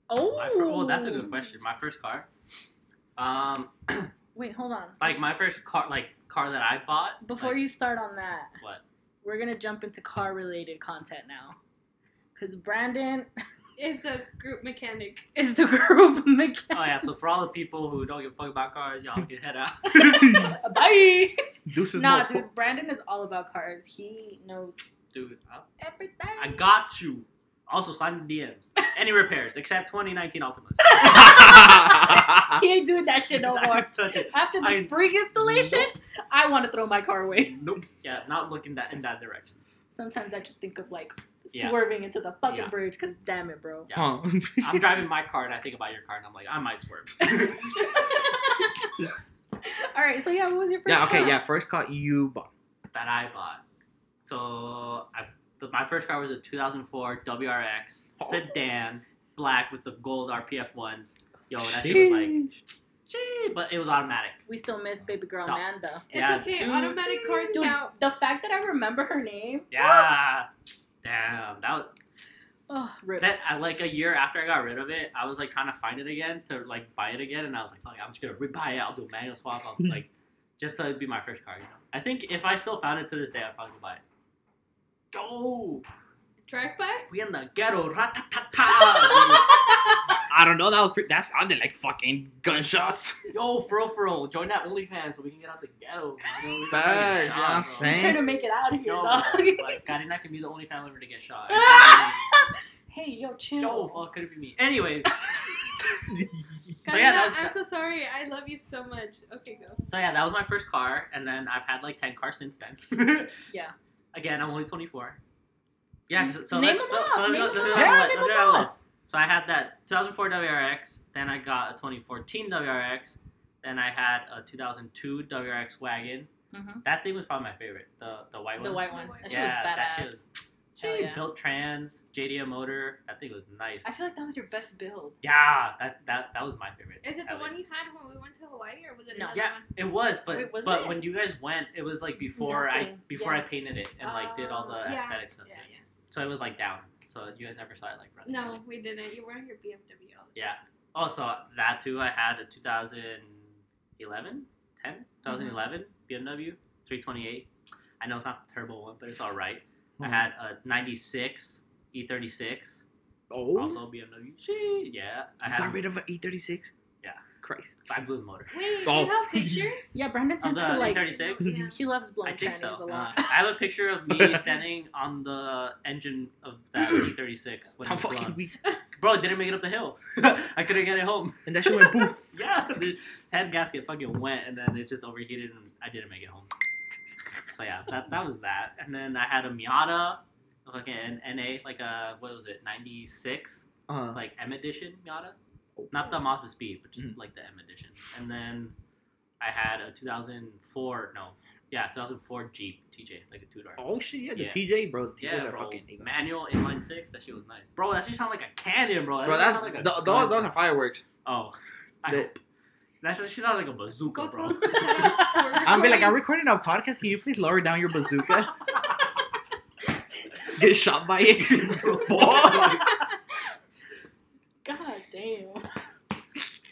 Speaker 1: oh.
Speaker 3: My fir- oh, that's a good question. My first car. Um,
Speaker 1: oh, Wait, hold on.
Speaker 3: like my first car, like car that I bought.
Speaker 1: Before you start on that,
Speaker 3: What?
Speaker 1: we're gonna jump into car related content now, because Brandon
Speaker 4: Is the group mechanic.
Speaker 1: is the group mechanic.
Speaker 3: Oh yeah. So for all the people who don't give a fuck about cars, y'all can head out.
Speaker 1: Bye.
Speaker 2: Deuces
Speaker 1: Nah,
Speaker 2: more fo-
Speaker 1: dude. Brandon is all about cars. He knows
Speaker 3: Dude, I-
Speaker 1: everything.
Speaker 3: I got you. Also, slide in the DMs. Any repairs except 2019 Altimas.
Speaker 1: He ain't doing that shit no
Speaker 3: I
Speaker 1: more.
Speaker 3: didn't touch it.
Speaker 1: After the
Speaker 3: I-
Speaker 1: spring installation, I want to throw my car away.
Speaker 3: Nope. Yeah, not looking that in that direction.
Speaker 1: Sometimes I just think of like
Speaker 3: Yeah.
Speaker 1: swerving into the fucking
Speaker 3: Yeah.
Speaker 1: bridge because damn it, bro.
Speaker 3: Yeah. I'm
Speaker 2: Huh.
Speaker 3: driving my car and I think about your car and I'm like, I might swerve.
Speaker 1: All right, so yeah, what was your first
Speaker 2: yeah, okay,
Speaker 1: car?
Speaker 2: yeah. First car you bought.
Speaker 3: that I bought. So I, but my first car was a 2004 WRX sedan, black with the gold RPF ones. Yo, that shit was like, gee, but it was automatic.
Speaker 1: We still miss baby girl
Speaker 3: No.
Speaker 1: Amanda.
Speaker 4: It's
Speaker 3: Yeah,
Speaker 4: okay.
Speaker 3: dude.
Speaker 4: Automatic cars
Speaker 1: Dude,
Speaker 4: count.
Speaker 1: the fact that I remember her name.
Speaker 3: Yeah, damn, that was
Speaker 1: Oh, rip.
Speaker 3: that. I, uh, like a year after I got rid of it, I was like trying to find it again to like buy it again, and I was like, fuck, I'm just gonna rebuy it. I'll do a manual swap. I'll like. Just so it'd be my first car, you know. I think if I still found it to this day, I'd probably buy it. Go!
Speaker 4: Drive by?
Speaker 3: We in the ghetto, ratatata!
Speaker 2: I don't know. That was pre- that sounded like fucking gunshots.
Speaker 3: Yo, bro, for real, join that OnlyFans so we can get out the ghetto. You know, we can
Speaker 2: Fuck,
Speaker 3: try to
Speaker 2: you
Speaker 3: get
Speaker 2: know
Speaker 3: shot,
Speaker 2: what I'm
Speaker 3: bro.
Speaker 1: I'm
Speaker 2: saying?
Speaker 1: trying to make it out of here,
Speaker 3: Yo,
Speaker 1: dog.
Speaker 3: like, Karina can be the only family member to get shot.
Speaker 1: hey, yo, chill.
Speaker 3: Yo, fuck, could it be me? Anyways, So,
Speaker 4: Karina,
Speaker 3: yeah, that was-
Speaker 4: I'm so sorry. I love you so much. Okay, go.
Speaker 3: so yeah, that was my first car, and then I've had like 10 cars since then.
Speaker 1: Yeah. Mm.
Speaker 3: Again, I'm only 24. Yeah, 'cause- so,
Speaker 1: Name
Speaker 3: let,
Speaker 1: them
Speaker 3: so,
Speaker 1: off,
Speaker 3: so let's
Speaker 1: name
Speaker 3: go, let's
Speaker 1: them
Speaker 3: go
Speaker 1: off.
Speaker 2: Yeah,
Speaker 3: down the
Speaker 2: name
Speaker 3: list, let's go
Speaker 2: them
Speaker 3: down the
Speaker 2: off.
Speaker 3: list. So I had that 2004 WRX, then I got a 2014 WRX, then I had a 2002 WRX wagon.
Speaker 1: Mhm.
Speaker 3: That thing was probably my favorite, the, the white
Speaker 1: The
Speaker 3: one.
Speaker 1: white one. That shit was
Speaker 3: yeah,
Speaker 1: badass.
Speaker 3: that shit was. She
Speaker 1: Hell yeah.
Speaker 3: built trans, JDM motor. That thing was nice.
Speaker 1: I feel like that was your best build.
Speaker 3: yeah, that, that that was my favorite.
Speaker 4: Is it the
Speaker 3: at
Speaker 4: one
Speaker 3: least.
Speaker 4: you had when we went to Hawaii, or was it
Speaker 1: No.
Speaker 4: another
Speaker 3: Yeah,
Speaker 4: one?
Speaker 3: it was, but
Speaker 1: Wait, was
Speaker 3: but
Speaker 1: it?
Speaker 3: when you guys went, it was like before I
Speaker 1: Nothing.
Speaker 3: before
Speaker 1: Yeah.
Speaker 3: I painted it and like did all the
Speaker 4: Oh, yeah.
Speaker 3: aesthetic stuff.
Speaker 4: Yeah,
Speaker 3: to it.
Speaker 4: yeah.
Speaker 3: So it was like down. So you guys never saw it like running.
Speaker 4: No,
Speaker 3: really.
Speaker 4: we didn't. You were on your BMW all the
Speaker 3: Yeah. Also, that too. I had a 2011, 10, 2011 BMW 328. I know it's not the turbo one, but it's all right. I
Speaker 2: Mm-hmm.
Speaker 3: had a 96 E36.
Speaker 2: oh,
Speaker 3: Also BMW. Shit, Yeah. I had
Speaker 2: got rid of an E36.
Speaker 3: Yeah.
Speaker 2: Christ.
Speaker 3: I blew the motor.
Speaker 4: Wait,
Speaker 2: Oh.
Speaker 4: you have pictures?
Speaker 1: Yeah, Brandon
Speaker 3: Of
Speaker 1: tends
Speaker 3: the
Speaker 1: to like.
Speaker 3: E36?
Speaker 4: Yeah.
Speaker 1: He loves
Speaker 3: I
Speaker 1: blowing
Speaker 3: think
Speaker 1: Chinese
Speaker 3: so.
Speaker 1: a
Speaker 3: Uh,
Speaker 1: lot.
Speaker 3: I have a picture of me standing on the engine of that E36 when it
Speaker 2: I'm
Speaker 3: was
Speaker 2: fucking
Speaker 3: blown.
Speaker 2: weak.
Speaker 3: Bro, it didn't make it up the hill. I couldn't get it home.
Speaker 2: And that shit went poof.
Speaker 3: Yeah, the head gasket fucking went, and then it just overheated, and I didn't make it home. So yeah, that, that was that. And then I had a Miata, fucking an NA, like a what was it, ninety six,
Speaker 2: Uh,
Speaker 3: like M edition Miata,
Speaker 2: Oh.
Speaker 3: not the Mazda Speed, but just
Speaker 2: Mhm.
Speaker 3: like the M edition. And then I had a two thousand four, no, Yeah, 2004 Jeep TJ, like a two door.
Speaker 2: Oh shit, yeah, the
Speaker 3: Yeah.
Speaker 2: TJ, bro. The TJs
Speaker 3: yeah,
Speaker 2: are
Speaker 3: bro.
Speaker 2: fucking. Bro,
Speaker 3: Manual inline six. That shit was nice, bro. That shit sound like a cannon, bro. That shit
Speaker 2: that's,
Speaker 3: sound like a
Speaker 2: th- those,
Speaker 3: gun.
Speaker 2: those are fireworks.
Speaker 3: Oh, I
Speaker 2: The-
Speaker 3: hope. That shit sounds like a bazooka,
Speaker 4: Go
Speaker 3: bro.
Speaker 4: talk to Shaq. We're
Speaker 2: I'm be like,
Speaker 4: recording.
Speaker 2: I'm recording a podcast. Can you please lower down your bazooka? Get shot by it. Fuck.
Speaker 1: God damn.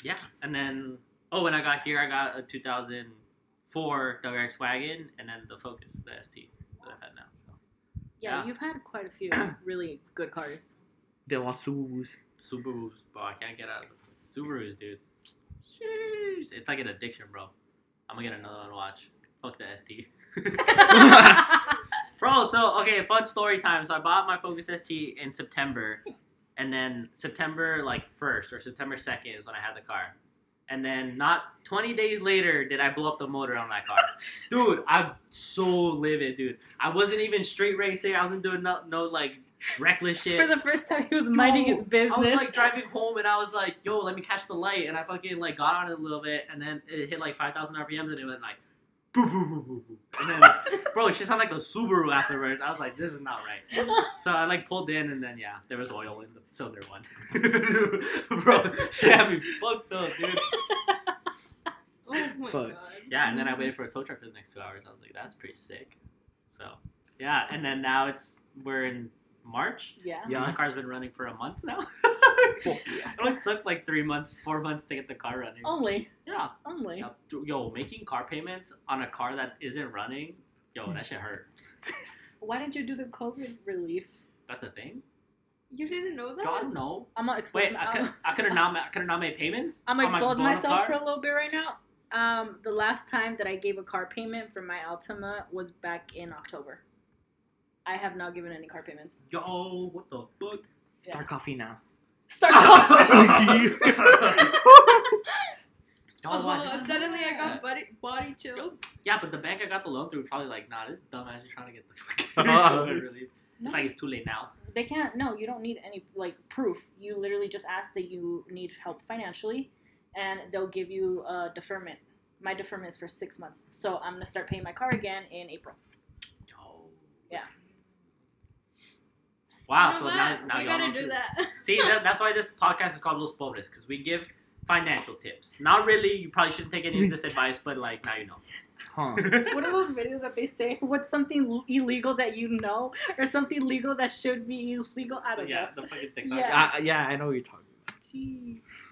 Speaker 3: yeah, and then oh, when I got here, I got a 2004 WRX wagon, and then the Focus, the ST that I've had now. So
Speaker 1: Yeah,
Speaker 3: Yeah.
Speaker 1: you've had quite a few really good cars.
Speaker 2: They want Subarus.
Speaker 3: Subarus, bro. I can't get out of the Subarus, dude. Jeez. It's like an addiction, bro. I'm gonna get another one. to Watch. Fuck the ST. Bro, so okay, fun story time. So I bought my Focus ST in September, and then September like first or September second is when I had the car, and then not twenty days later did I blow up the motor on that car, dude. I'm so livid, dude. I wasn't even straight racing. I wasn't doing no, no like reckless shit.
Speaker 1: For the first time, he was minding his business.
Speaker 3: I was like driving home and I was like, yo, let me catch the light. And I fucking like got on it a little bit and then it hit like 5,000 RPMs and it went like, boo, boo, boo, boo, boo. And then, bro, it just sounded like a Subaru afterwards. I was like, this is not right. So I like pulled in and then, yeah, there was oil in the cylinder one. bro, shit had me fucked up, dude.
Speaker 4: Oh
Speaker 2: Fuck.
Speaker 4: my god.
Speaker 3: Yeah, and then I waited for a tow truck for the next two hours. I was like, that's pretty sick. So, yeah, and then now it's, we're in March.
Speaker 1: yeah.
Speaker 2: Yeah.
Speaker 3: My car's been running for a month now.
Speaker 2: Fuck yeah.
Speaker 3: It only took like three months, four months to get the car running.
Speaker 1: Only.
Speaker 3: Yeah.
Speaker 1: Only.
Speaker 3: Yep. Yo, making car payments on a car that isn't running, yo, that shit hurt.
Speaker 1: Why didn't you do the COVID relief?
Speaker 3: That's the thing.
Speaker 4: You didn't know that?
Speaker 3: God no.
Speaker 1: I'm gonna expose.
Speaker 3: Wait,
Speaker 1: my-
Speaker 3: I
Speaker 1: I'm,
Speaker 3: could I could have not ma- I could have not made payments.
Speaker 1: I'm gonna
Speaker 3: on my
Speaker 1: expose
Speaker 3: blown-up
Speaker 1: myself for
Speaker 3: car?
Speaker 1: a little bit right now. Um, the last time that I gave a car payment for my Altima was back in October. I have not given any car payments.
Speaker 3: Yo, what the fuck?
Speaker 2: Start coffee now.
Speaker 1: Start off.
Speaker 3: Yo,
Speaker 4: Oh,
Speaker 3: why-
Speaker 4: suddenly I got body, body chills.
Speaker 3: Yeah, but the bank I got the loan through probably like, nah, this dumbass is trying to get the
Speaker 2: Oh.
Speaker 3: fucking relief.
Speaker 1: No.
Speaker 3: It's like it's too late now.
Speaker 1: They can't. No, you don't need any like proof. You literally just ask that you need help financially, and they'll give you a deferment. My deferment is for six months, so I'm gonna start paying my car again in April.
Speaker 3: Yo.
Speaker 1: Yeah.
Speaker 3: Oh. Wow,
Speaker 4: You know
Speaker 3: so
Speaker 4: what?
Speaker 3: now, now
Speaker 4: we
Speaker 3: y'all know
Speaker 4: gotta do
Speaker 3: too.
Speaker 4: that.
Speaker 3: See, that, that's why this podcast is called Los Pobres, because we give financial tips. Not really, you probably shouldn't take any of this advice, but like, now you know.
Speaker 2: Huh.
Speaker 1: What are those videos that they say? What's something illegal that you know, or something legal that should be illegal? I don't
Speaker 3: yeah, the fucking TikTok.
Speaker 1: Yeah.
Speaker 3: Yeah,
Speaker 2: I, yeah, I know what you're talking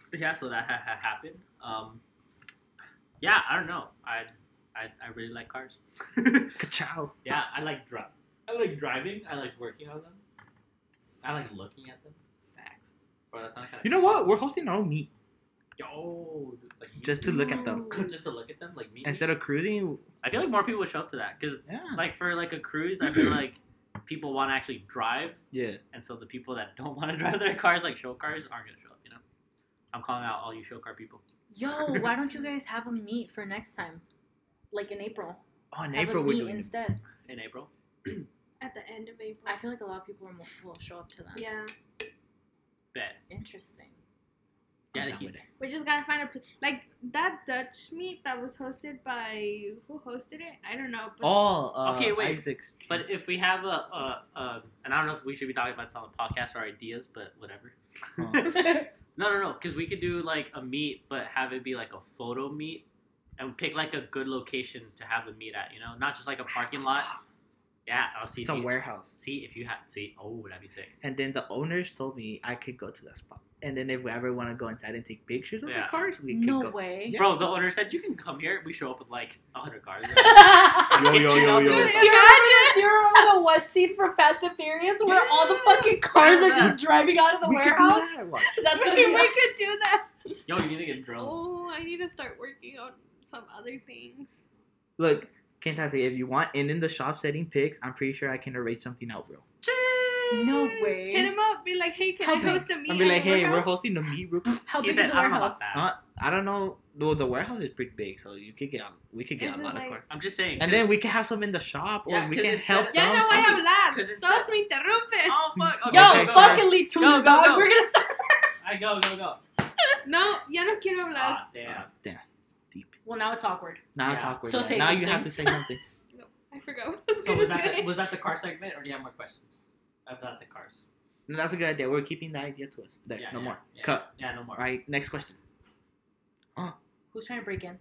Speaker 2: about.
Speaker 1: know.
Speaker 3: so that ha- ha- happened. Um, yeah, I don't know. I, I, I really like cars.
Speaker 2: Ka-chow.
Speaker 3: yeah, I like dri- I like driving. I like working on them. I like looking at them. Facts. Bro, that's not kind of
Speaker 2: You know what? We're hosting our own meet
Speaker 3: Yo, dude, like you-
Speaker 2: just to look at them.
Speaker 3: just to look at them, like me.
Speaker 2: Instead of cruising,
Speaker 3: I feel like more people would show up to that because
Speaker 2: yeah,
Speaker 3: like for like a cruise, I feel like people want to actually drive,
Speaker 2: yeah.
Speaker 3: and so the people that don't want to drive their cars, like show cars, aren't gonna show up. You know, I'm calling out all you show car people.
Speaker 1: Yo, why don't you guys have a meet for next time? Like in April.
Speaker 2: Oh, in
Speaker 1: Have
Speaker 2: April
Speaker 1: a
Speaker 2: we're
Speaker 1: meet
Speaker 2: doing. it.
Speaker 1: instead.
Speaker 3: in April.
Speaker 4: At the end of April.
Speaker 1: I feel like a lot of people will- will show up to that.
Speaker 4: yeah.
Speaker 3: Bet.
Speaker 1: Interesting.
Speaker 3: Yeah,
Speaker 2: I'm
Speaker 3: the
Speaker 2: down
Speaker 3: heat.
Speaker 2: with it.
Speaker 4: We just gotta find a pl- like that Dutch meet that was hosted by who hosted it? I don't know. But
Speaker 2: Oh, uh,
Speaker 3: Okay, wait.
Speaker 2: Isaac's.
Speaker 3: But if we have a, a, a, and I don't know if we should be talking about this on the podcast or ideas, but whatever.
Speaker 2: Huh.
Speaker 3: No, no, no, because we could do like a meet, but have it be like a photo meet, and pick like a good location to have the meet at. You know, not just like a parking lot. Yeah, I'll see.
Speaker 2: it's
Speaker 3: if
Speaker 2: a
Speaker 3: you-
Speaker 2: warehouse.
Speaker 3: See if you have see. Oh, that'd be sick.
Speaker 2: And then the owners told me I could go to that spot. And then if we ever want to go inside and take pictures of
Speaker 3: Yeah.
Speaker 2: the cars, we could
Speaker 1: no
Speaker 2: go.
Speaker 1: way.
Speaker 2: Yeah.
Speaker 3: Bro, the owner said you can come here. We show up with like hundred cars.
Speaker 2: Yo,
Speaker 3: Get
Speaker 2: yo,
Speaker 3: you
Speaker 2: yo,
Speaker 3: out
Speaker 2: yo.
Speaker 3: there.
Speaker 1: Do you remember, do you remember the one scene from Fast and Furious where all the fucking cars are just driving out of the
Speaker 2: we could do
Speaker 1: warehouse?
Speaker 2: that one.
Speaker 1: That's
Speaker 4: we,
Speaker 1: gonna
Speaker 4: could-
Speaker 1: be
Speaker 4: we could do that.
Speaker 3: Yo, you need to get drunk.
Speaker 4: Oh, I need to start working on some other things.
Speaker 2: Look, Kentase, if you want, and in the shop setting pics, I'm pretty sure I can arrange something out, bro.
Speaker 1: No way.
Speaker 4: Hit him up. Be like, hey, can
Speaker 1: How
Speaker 4: I
Speaker 1: big?
Speaker 4: host a meet?
Speaker 2: I'll be
Speaker 4: at
Speaker 2: like,
Speaker 4: the
Speaker 2: hey, we're
Speaker 4: warehouse?"
Speaker 2: hosting a meet. Bro.
Speaker 4: Oh,
Speaker 1: How
Speaker 3: He
Speaker 1: big
Speaker 3: said,
Speaker 1: is the
Speaker 3: I don't know
Speaker 1: warehouse?
Speaker 3: about that.
Speaker 2: Uh, I don't know. Well, the warehouse is pretty big, so you could get a- we could get
Speaker 4: Is
Speaker 2: a
Speaker 4: it
Speaker 2: lot
Speaker 4: like-
Speaker 2: of cars.
Speaker 3: I'm just saying.
Speaker 2: And then we can have some in the shop, or
Speaker 3: Yeah,
Speaker 2: we
Speaker 3: 'cause
Speaker 2: can
Speaker 3: instead
Speaker 2: help
Speaker 3: of-
Speaker 4: Ya
Speaker 2: them.
Speaker 4: no voy a
Speaker 3: Because
Speaker 4: hablar.
Speaker 3: it's-
Speaker 4: Todos me interrumpen.
Speaker 3: Oh fuck! Okay,
Speaker 1: Yo,
Speaker 3: go, go,
Speaker 1: fucking lead to
Speaker 3: Go,
Speaker 1: no,
Speaker 3: go,
Speaker 1: dog.
Speaker 3: go.
Speaker 1: We're gonna start.
Speaker 3: I go, go, go.
Speaker 4: No, ya no quiero hablar.
Speaker 3: Ah, damn.
Speaker 2: Ah, damn.
Speaker 1: Well, now it's awkward.
Speaker 2: Now
Speaker 3: Yeah.
Speaker 2: it's awkward.
Speaker 1: So
Speaker 2: yeah.
Speaker 1: say
Speaker 2: now you
Speaker 1: something.
Speaker 2: have to say something.
Speaker 4: forgot what I was
Speaker 3: So
Speaker 4: gonna
Speaker 3: was that
Speaker 4: say.
Speaker 3: the, was that the car segment, or do you have more questions about the cars?
Speaker 2: No, that's a good idea. We're keeping that idea to us. There,
Speaker 3: Yeah,
Speaker 2: no
Speaker 3: yeah,
Speaker 2: more.
Speaker 3: yeah.
Speaker 2: Cut.
Speaker 3: Yeah, no more.
Speaker 2: All right, next question.
Speaker 1: Who's trying to break in?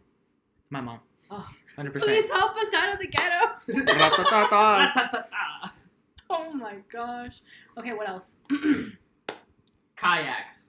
Speaker 2: My mom.
Speaker 1: Oh.
Speaker 2: 100%.
Speaker 4: Please help us out of the ghetto.
Speaker 2: Ra-ta-ta-ta.
Speaker 3: Ra-ta-ta-ta.
Speaker 1: Oh my gosh. Okay, what else?
Speaker 3: Kayaks.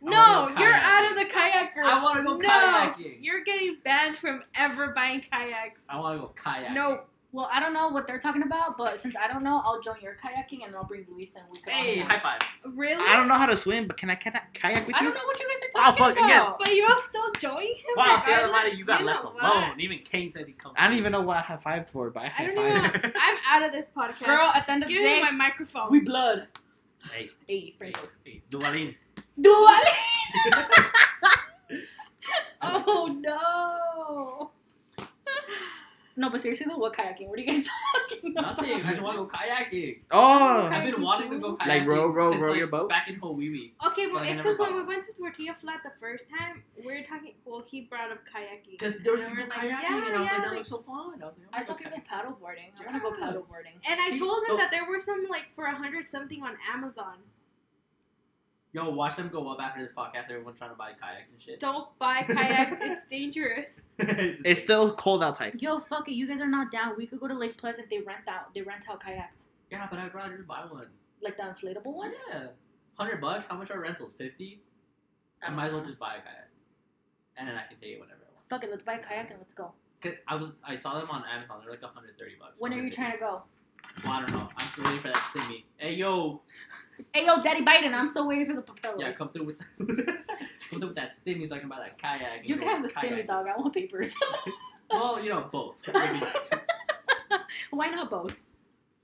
Speaker 3: wanna
Speaker 4: No,
Speaker 3: go
Speaker 4: you're
Speaker 3: kayaking.
Speaker 4: out of the kayak group.
Speaker 3: I want to go
Speaker 4: no,
Speaker 3: kayaking.
Speaker 4: you're getting banned from ever buying kayaks.
Speaker 3: I want to go kayaking.
Speaker 4: No,
Speaker 1: Well, I don't know what they're talking about, but since I don't know, I'll join your kayaking and I'll bring Luis and we can. all
Speaker 3: Hey,
Speaker 1: hang out.
Speaker 3: high five.
Speaker 4: really?
Speaker 2: I don't know how to swim, but can I can I kayak with
Speaker 1: I
Speaker 2: you?
Speaker 1: don't know what you guys are
Speaker 2: Oh,
Speaker 1: talking
Speaker 2: fuck, again.
Speaker 1: about.
Speaker 4: But you'll still join him.
Speaker 3: Wow, Sierra
Speaker 4: regardless?
Speaker 3: Madre, you got
Speaker 4: Oh You
Speaker 3: left
Speaker 4: know
Speaker 3: alone.
Speaker 4: what?
Speaker 3: Even Kane said he come.
Speaker 2: I don't even know what I have five for, but I
Speaker 4: I
Speaker 2: have
Speaker 4: don't even.
Speaker 2: five.
Speaker 4: I'm out of this podcast.
Speaker 1: Girl, at the end of the
Speaker 4: give me
Speaker 1: day,
Speaker 4: my microphone.
Speaker 1: we blood.
Speaker 3: Hey,
Speaker 1: Hey,
Speaker 3: hey,
Speaker 1: Frankos.
Speaker 3: hey, Duvalin.
Speaker 1: Do I? oh no. No, but seriously though, what kayaking? What are you guys talking about?
Speaker 3: Nothing. I just want to go kayaking.
Speaker 2: Oh,
Speaker 1: Okay.
Speaker 3: I've
Speaker 1: Kayaking
Speaker 3: been wanting to
Speaker 1: too?
Speaker 3: go kayaking.
Speaker 2: Like row, row,
Speaker 3: since,
Speaker 2: row
Speaker 3: like,
Speaker 2: your boat?
Speaker 3: Back in Hawaii.
Speaker 4: Okay, well,
Speaker 3: But I
Speaker 4: it's
Speaker 3: never
Speaker 4: because when
Speaker 3: thought.
Speaker 4: we went to Tortilla Flat the first time, we were talking. Well, he brought up kayaking.
Speaker 3: Because there was
Speaker 4: And
Speaker 3: people
Speaker 4: we're
Speaker 3: kayaking,
Speaker 4: like,
Speaker 3: and
Speaker 4: yeah,
Speaker 3: I was
Speaker 4: yeah,
Speaker 3: like, that
Speaker 4: like-
Speaker 3: looks so fun. I was like,
Speaker 1: I saw people paddleboarding. I want to go
Speaker 3: Yeah.
Speaker 1: paddleboarding.
Speaker 4: And I
Speaker 3: See, oh."
Speaker 4: told
Speaker 3: the-
Speaker 4: him that there were some like for a hundred something on Amazon.
Speaker 3: Yo, watch them go up after this podcast. Everyone trying to buy kayaks and shit.
Speaker 4: Don't buy kayaks; it's dangerous.
Speaker 3: it's
Speaker 2: it's still cold outside.
Speaker 1: Yo, fuck it. You guys are not down. We could go to Lake Pleasant. They rent out. They rent out kayaks,
Speaker 3: yeah, but I'd rather just buy one.
Speaker 1: like the inflatable ones.
Speaker 3: Yeah, hundred bucks. How much are rentals? Fifty. I might as well just buy a kayak, and then I can take it whenever I want.
Speaker 1: Fuck it. Let's buy a kayak and let's go.
Speaker 3: Cause I was I saw them on Amazon. They're like hundred thirty bucks.
Speaker 1: When are you
Speaker 3: 150.
Speaker 1: trying to go?
Speaker 3: Well, I don't know. I'm still waiting for that stimmy. Hey yo,
Speaker 1: Hey, yo, Daddy Biden. I'm still waiting for the papillas.
Speaker 3: yeah, come through with come through with that stimmy so I can buy that kayak. and
Speaker 1: you
Speaker 3: go
Speaker 1: can have the
Speaker 3: kayak.
Speaker 1: stimmy dog. I want papers.
Speaker 3: Well, you know both. Would be nice.
Speaker 1: Why not both?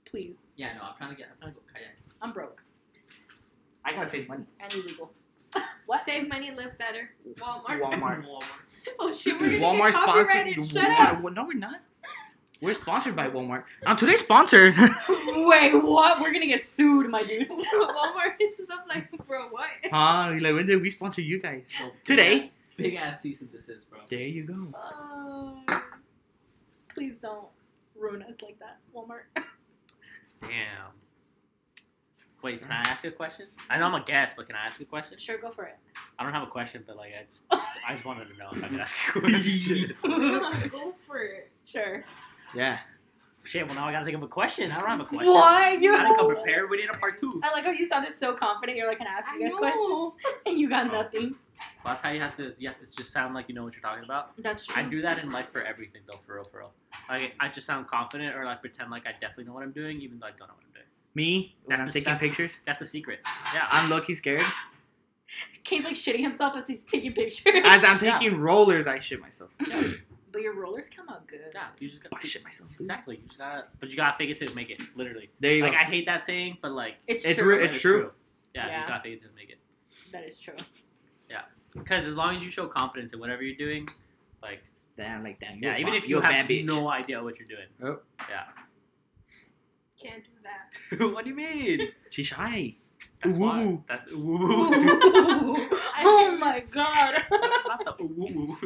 Speaker 1: Please.
Speaker 3: Yeah, no, I'm trying to get. I'm trying to go kayak.
Speaker 1: I'm broke
Speaker 2: I gotta save money.
Speaker 1: and illegal. what?
Speaker 4: Save money, live better. Walmart.
Speaker 2: Walmart.
Speaker 3: Walmart.
Speaker 4: Oh shit, we're gonna
Speaker 2: Walmart
Speaker 4: get copyrighted.
Speaker 2: sponsored.
Speaker 4: Shut up.
Speaker 2: Wa- No, we're not. We're sponsored by Walmart. I'm today's sponsor.
Speaker 1: Wait, what? We're gonna get sued, my dude.
Speaker 4: Walmart hits us up like, bro, what?
Speaker 2: huh? Like when did we sponsor you guys?
Speaker 3: So,
Speaker 2: Today.
Speaker 3: Big ass cease and desist, bro.
Speaker 2: There you go.
Speaker 1: Oh, please don't ruin us like that, Walmart.
Speaker 3: Damn. Wait, can I ask a question? I know I'm a guest, but can I ask a question?
Speaker 1: Sure, go for it.
Speaker 3: I don't have a question, but like I just, I just wanted to know if I could ask a question.
Speaker 4: Yeah, Go for it.
Speaker 1: sure.
Speaker 2: Yeah.
Speaker 3: Shit, well now I gotta think of a question. I don't have a question.
Speaker 1: Why you?
Speaker 3: I didn't come prepared. We need a part two.
Speaker 1: I like how you sounded so confident. You're like, "Can I ask
Speaker 4: I
Speaker 1: you guys
Speaker 4: know.
Speaker 1: questions?" And you got
Speaker 3: Oh.
Speaker 1: nothing.
Speaker 3: That's how you have to. You have to just sound like you know what you're talking about.
Speaker 1: That's
Speaker 3: I do that in life for everything, though, for real, for real. Like I just sound confident, or like pretend like I definitely know what I'm doing, even though I don't know what I'm doing.
Speaker 2: Me when
Speaker 3: That's
Speaker 2: I'm
Speaker 3: the
Speaker 2: taking
Speaker 3: stuff.
Speaker 2: pictures,
Speaker 3: That's the secret. Yeah.
Speaker 2: I'm lucky scared.
Speaker 1: Kane's like shitting himself as he's taking pictures.
Speaker 2: As I'm
Speaker 3: Yeah.
Speaker 2: taking rollers, I shit myself. Oh,
Speaker 3: yeah,
Speaker 1: but your rollers come out good.
Speaker 3: yeah. You just
Speaker 2: I
Speaker 3: gotta,
Speaker 2: shit myself. dude.
Speaker 3: exactly. You just gotta, but you gotta fake it to make it. Literally.
Speaker 2: There you
Speaker 3: Like
Speaker 2: go.
Speaker 3: I hate that saying, but like
Speaker 1: It's,
Speaker 2: It's
Speaker 1: true.
Speaker 2: real-
Speaker 3: it's
Speaker 2: true.
Speaker 3: Yeah, you
Speaker 1: Yeah.
Speaker 3: just gotta fake it to make it.
Speaker 1: that is true.
Speaker 3: Because as long as you show confidence in whatever you're doing, like
Speaker 2: Damn, like damn.
Speaker 3: yeah,
Speaker 2: you're
Speaker 3: even
Speaker 2: a-
Speaker 3: if
Speaker 2: you're
Speaker 3: you
Speaker 2: a
Speaker 3: have
Speaker 2: bad bitch.
Speaker 3: no idea what you're
Speaker 2: Oh.
Speaker 3: doing.
Speaker 4: Can't do that.
Speaker 3: Yeah. what do you mean?
Speaker 2: She's shy.
Speaker 3: That's why.
Speaker 2: Woo-woo.
Speaker 3: That's
Speaker 1: oh my god.
Speaker 3: Not the woo woo.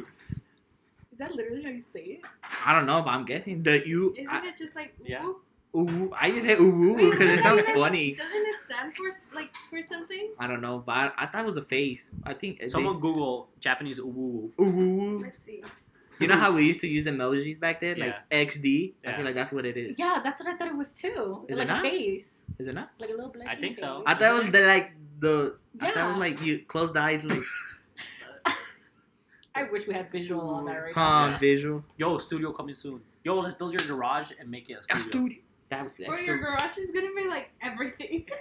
Speaker 1: Is that literally how you say it?
Speaker 2: I don't know, but I'm guessing that you.
Speaker 4: Isn't
Speaker 2: I,
Speaker 4: it just like
Speaker 3: Yeah.
Speaker 4: ooh?
Speaker 2: ooh, I just say ooh ooh
Speaker 4: Wait,
Speaker 2: because it
Speaker 4: doesn't
Speaker 2: sounds
Speaker 4: it-
Speaker 2: funny.
Speaker 4: Doesn't it stand for s- like for something?
Speaker 2: I don't know, but I, I thought it was a face. I think it
Speaker 3: Someone
Speaker 2: is-
Speaker 3: Google Japanese woo woo.
Speaker 2: Ooh, ooh, ooh.
Speaker 4: Let's see.
Speaker 2: You know how we used to use emojis back then, like
Speaker 3: Yeah.
Speaker 2: XD. I
Speaker 3: Yeah.
Speaker 2: feel like that's what it is.
Speaker 1: Yeah, that's what I thought it was too.
Speaker 2: Is it
Speaker 1: like
Speaker 2: not?
Speaker 1: a face.
Speaker 2: Is it not?
Speaker 1: Like a little blush.
Speaker 3: I think so.
Speaker 2: I thought it was the, like the. I thought it
Speaker 1: Yeah.
Speaker 2: was like you close the eyes, like
Speaker 1: I wish we had visual on that right now.
Speaker 2: huh, visual.
Speaker 3: Yo, studio coming soon. Yo, let's build your garage and make it a studio.
Speaker 2: That, that's
Speaker 4: Or your
Speaker 2: true.
Speaker 4: garage is gonna be like everything.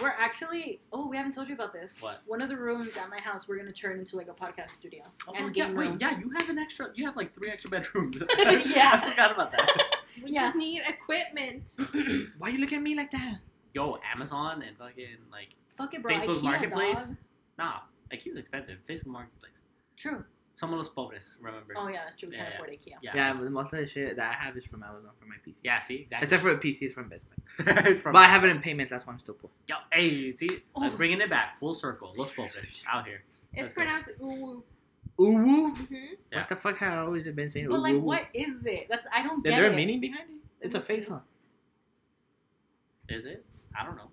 Speaker 1: We're actually oh, we haven't told you about this.
Speaker 3: What?
Speaker 1: One of the rooms at my house we're gonna turn into like a podcast studio.
Speaker 3: Oh,
Speaker 1: and
Speaker 3: yeah,
Speaker 1: game
Speaker 3: wait,
Speaker 1: room.
Speaker 3: yeah, you have an extra. You have like three extra bedrooms.
Speaker 1: Yeah.
Speaker 3: I forgot about that.
Speaker 4: We
Speaker 1: Yeah.
Speaker 4: just need equipment.
Speaker 2: Why you look at me like that?
Speaker 3: Yo, Amazon and fucking like
Speaker 1: Fuck it, bro.
Speaker 3: Facebook
Speaker 1: IKEA,
Speaker 3: Marketplace.
Speaker 1: dog.
Speaker 3: nah, like he's expensive. Facebook Marketplace.
Speaker 1: True.
Speaker 3: Some of those pobres, remember?
Speaker 1: Oh yeah, that's true. We
Speaker 3: Yeah,
Speaker 1: can't
Speaker 3: yeah.
Speaker 1: afford IKEA.
Speaker 3: yeah,
Speaker 2: Yeah, but most of the shit that I have is from Amazon for my PC.
Speaker 3: Yeah, See, exactly.
Speaker 2: Except for a PC, it's from Best Buy.
Speaker 3: From-
Speaker 2: But I have it in payments, that's why I'm still poor.
Speaker 3: Yo, hey, see, like
Speaker 1: Oh.
Speaker 3: bringing it back full circle. Los Pobres out here.
Speaker 4: It's
Speaker 3: That's cool.
Speaker 4: pronounced ooh.
Speaker 2: Ooh,
Speaker 4: Mm-hmm.
Speaker 3: Yeah.
Speaker 2: what the fuck have I always been saying?
Speaker 1: But
Speaker 2: ooh,
Speaker 1: like,
Speaker 2: ooh, ooh?
Speaker 1: what is it? That's I don't
Speaker 2: Is
Speaker 1: get
Speaker 2: there
Speaker 1: it.
Speaker 2: a meaning behind it? It's a face hunt.
Speaker 3: Is it? I don't know.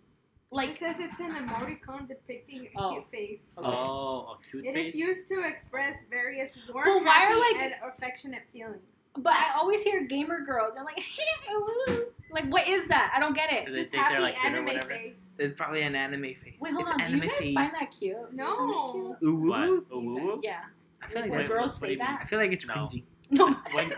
Speaker 1: Like
Speaker 5: it says it's an emoticon depicting a
Speaker 1: Oh.
Speaker 5: cute face.
Speaker 3: Oh, a cute
Speaker 5: It
Speaker 3: face.
Speaker 5: is used to express various warm,
Speaker 1: But why are,
Speaker 5: happy,
Speaker 1: like-
Speaker 5: and affectionate feelings.
Speaker 1: But I always hear gamer girls are like, ooh. like what is that? I don't get
Speaker 3: Do
Speaker 1: it.
Speaker 3: they
Speaker 5: Just
Speaker 3: think they're
Speaker 5: happy
Speaker 3: like cute or
Speaker 5: anime
Speaker 3: whatever?
Speaker 5: face.
Speaker 2: It's probably an anime face.
Speaker 1: Wait, hold
Speaker 2: it's
Speaker 1: on. Do you
Speaker 2: anime
Speaker 1: guys
Speaker 2: face.
Speaker 1: find that cute? Do you
Speaker 5: No.
Speaker 1: find
Speaker 2: Ooh, woo,
Speaker 3: What?
Speaker 2: woo.
Speaker 3: Ooh,
Speaker 1: that
Speaker 3: woo, woo?
Speaker 1: cute? Yeah.
Speaker 2: I
Speaker 1: Like
Speaker 2: feel like
Speaker 1: when
Speaker 2: that.
Speaker 1: girls
Speaker 3: What do
Speaker 1: say
Speaker 3: you mean?
Speaker 1: that.
Speaker 2: I feel like it's
Speaker 3: No.
Speaker 2: cringy.
Speaker 1: No,
Speaker 3: When,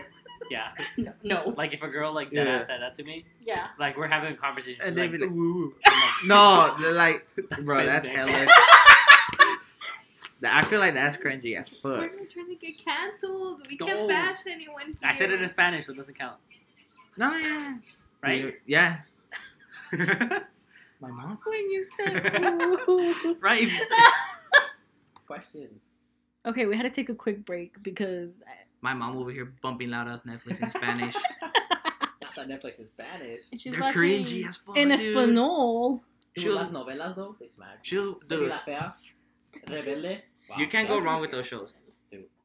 Speaker 3: yeah,
Speaker 1: no, no.
Speaker 3: like if a girl like that
Speaker 2: Yeah.
Speaker 3: said that to me,
Speaker 1: Yeah.
Speaker 3: like we're having a conversation,
Speaker 2: And
Speaker 3: she's
Speaker 2: they
Speaker 3: like,
Speaker 2: be like,
Speaker 3: "Ooh, woo, woo." I'm like,
Speaker 2: No, they're like, bro, that's
Speaker 3: Big dick.
Speaker 2: hella. I feel like that's cringy as
Speaker 4: We're
Speaker 2: fuck.
Speaker 4: not trying to get canceled. We
Speaker 3: No.
Speaker 4: can't bash anyone. Here.
Speaker 3: I said it in Spanish, so it doesn't count,
Speaker 2: No, yeah,
Speaker 3: right?
Speaker 2: Yeah, my mom.
Speaker 4: when you said
Speaker 3: right. if you say- Questions.
Speaker 1: okay, we had to take a quick break because
Speaker 2: My mom over here bumping loud ass Netflix in Spanish.
Speaker 3: Not on Netflix in Spanish.
Speaker 4: she's
Speaker 2: They're
Speaker 4: watching.
Speaker 2: cringy as fuck.
Speaker 1: in
Speaker 2: dude.
Speaker 1: Espanol.
Speaker 2: She was,
Speaker 3: novelas though, they smash.
Speaker 2: she was, dude.
Speaker 3: Fea, Rebelde.
Speaker 2: You can't go wrong with those shows.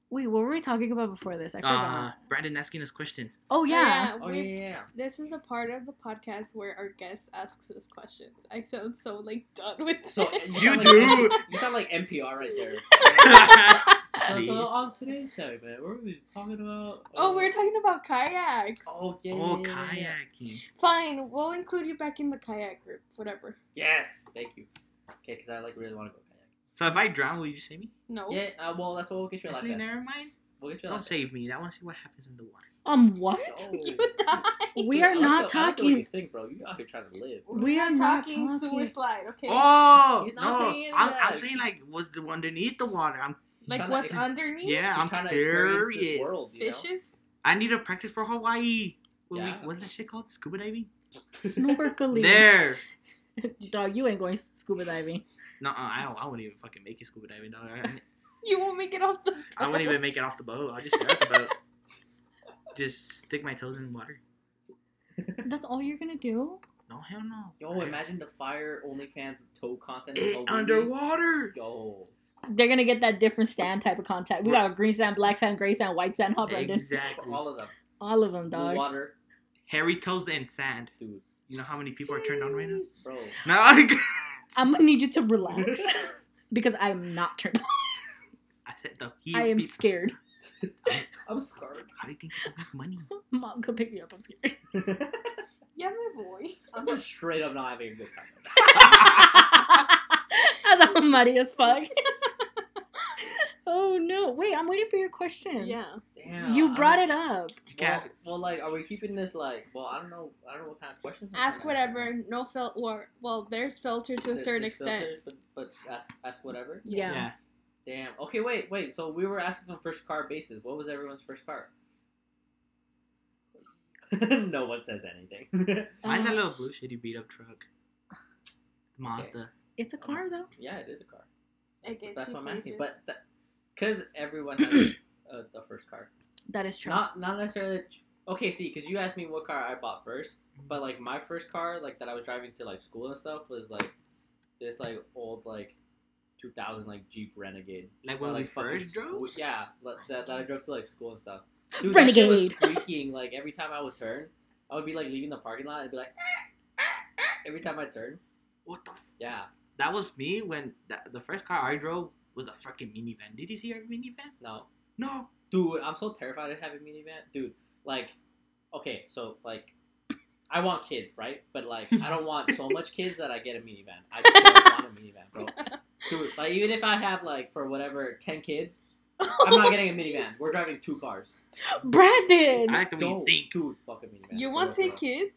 Speaker 1: Wait, what were we talking about before this? I forgot.
Speaker 2: Uh, Brandon asking us questions.
Speaker 1: oh yeah.
Speaker 4: yeah,
Speaker 3: Oh
Speaker 4: we-
Speaker 3: yeah.
Speaker 4: This is the part of the podcast where our guest asks us questions. I sound so like done with
Speaker 3: So
Speaker 4: it.
Speaker 3: you,
Speaker 2: You
Speaker 3: sound
Speaker 2: do.
Speaker 3: Like, you sound like NPR right there.
Speaker 2: Oh, Please.
Speaker 3: so on today's segment, what are we talking about? Uh,
Speaker 4: Oh, we're talking about kayaks.
Speaker 3: Oh yeah.
Speaker 2: oh,
Speaker 3: yeah, yeah, yeah.
Speaker 2: kayaking.
Speaker 4: Fine, we'll include you back in the kayak group. Whatever.
Speaker 3: Yes, thank you. Okay, because I like really want to go kayak.
Speaker 2: So if I drown, will you save me?
Speaker 4: No.
Speaker 3: Yeah, uh, well that's what we'll get you a
Speaker 2: Actually,
Speaker 3: life vest.
Speaker 2: never mind.
Speaker 3: We'll get you a
Speaker 2: Don't
Speaker 3: life
Speaker 2: save me. I want to see what happens in the water.
Speaker 1: um what?
Speaker 3: vest. Oh,
Speaker 4: You
Speaker 3: dude,
Speaker 4: die.
Speaker 1: We are
Speaker 3: I like
Speaker 1: not
Speaker 3: the- I like the way
Speaker 1: talking.
Speaker 3: you think, bro? You out here trying to live. bro.
Speaker 1: We are not
Speaker 4: talking
Speaker 1: talking.
Speaker 4: sewer slide, okay?
Speaker 2: Oh
Speaker 3: He's not
Speaker 2: no!
Speaker 3: saying any of
Speaker 2: I'm, I'm
Speaker 3: that.
Speaker 2: saying like what's the underneath the water. I'm
Speaker 4: like
Speaker 3: Tryna
Speaker 4: what's
Speaker 3: ex-
Speaker 4: underneath?
Speaker 2: yeah.
Speaker 3: He's
Speaker 2: I'm
Speaker 3: trying to experience this
Speaker 2: curious.
Speaker 3: world, you know?
Speaker 4: Fishes?
Speaker 2: I need to practice for Hawaii. What
Speaker 3: Yeah.
Speaker 2: we, what's that shit called? Scuba diving.
Speaker 1: Snorkeling.
Speaker 2: There.
Speaker 1: Dog, you ain't going scuba diving.
Speaker 2: No, I don't, I wouldn't even fucking make it scuba diving. Dog. I,
Speaker 4: You won't make it off the
Speaker 2: I wouldn't even make it off the boat. I'll just stare at the boat. Just stick my toes in water.
Speaker 1: That's all you're gonna do?
Speaker 2: No hell no.
Speaker 3: Yo, imagine the fire OnlyFans toe content. is
Speaker 2: it
Speaker 3: so weird.
Speaker 2: underwater.
Speaker 3: Yo.
Speaker 1: They're gonna get that different sand type of contact. We got green sand, black sand, gray sand, white sand, hot Brandon.
Speaker 2: Exactly.
Speaker 3: All of them.
Speaker 1: All of them,
Speaker 3: Blue
Speaker 1: dog.
Speaker 3: water,
Speaker 2: Hairy toes and sand.
Speaker 3: dude.
Speaker 2: You know how many people are turned on right now?
Speaker 3: Bro.
Speaker 2: No. I,
Speaker 1: I'm gonna need you to relax because I'm not turned.
Speaker 2: I said the. he-
Speaker 1: I am
Speaker 2: pe-
Speaker 1: scared.
Speaker 3: I'm scared.
Speaker 2: How do you think people make money?
Speaker 1: Mom, come pick me up. I'm scared.
Speaker 4: Yeah, my boy.
Speaker 3: I'm just straight up not having a good time. right now.
Speaker 1: That's how muddy as fuck. oh no! Wait, I'm waiting for your question.
Speaker 4: Yeah.
Speaker 3: Damn,
Speaker 1: you
Speaker 3: I'm-
Speaker 1: brought it up.
Speaker 2: You can't
Speaker 3: Well,
Speaker 2: ask-
Speaker 3: well, like, are we keeping this like? Well, I don't know. I don't know what kind of questions. we're
Speaker 4: Ask
Speaker 3: gonna ask.
Speaker 4: whatever. No fil- or well, there's filter to a
Speaker 3: There's-
Speaker 4: certain
Speaker 3: there's
Speaker 4: extent.
Speaker 3: filters, But, but ask, ask whatever.
Speaker 1: Yeah.
Speaker 2: Yeah.
Speaker 3: Damn. Okay, wait, wait. So we were asking on first car basis. What was everyone's first car? no one says anything.
Speaker 2: Mine's a
Speaker 1: Uh,
Speaker 2: little blue shitty beat up truck. Mazda.
Speaker 1: it's a car though.
Speaker 3: yeah, it is a car.
Speaker 4: It gets
Speaker 3: That's
Speaker 4: you
Speaker 3: what I'm asking.
Speaker 4: places.
Speaker 3: But because everyone has a, a first car,
Speaker 1: That is true.
Speaker 3: not not necessarily. Okay, see, because you asked me what car I bought first, but like my first car, like that I was driving to like school and stuff, was like this like old like 2000 like Jeep Renegade.
Speaker 2: Like
Speaker 3: Or,
Speaker 2: when we
Speaker 3: like, fucking
Speaker 2: first drove?
Speaker 3: sque- yeah, like, that, that I drove to like school and stuff. Dude, that shit was squeaking like every time I would turn, I would be like leaving the parking lot and be like "Eh, every time I turn.
Speaker 2: What the? F-
Speaker 3: Yeah,
Speaker 2: that was me when that, the first car I drove was a fucking minivan. Did you see our minivan?
Speaker 3: no,
Speaker 2: No.
Speaker 3: dude, I'm so terrified of having minivan, dude. Like, okay, so like. I want kids, right? But like, I don't want so much kids that I get a minivan. I just don't want a minivan, bro. Dude, like, even if I have like for whatever ten kids, I'm not getting a minivan. We're driving two cars.
Speaker 1: Brandon.
Speaker 2: I like the way you
Speaker 3: Don't,
Speaker 2: think.
Speaker 3: dude. Fuck a minivan.
Speaker 4: you
Speaker 3: For
Speaker 4: want
Speaker 3: real, for
Speaker 4: ten
Speaker 3: real.
Speaker 4: kids?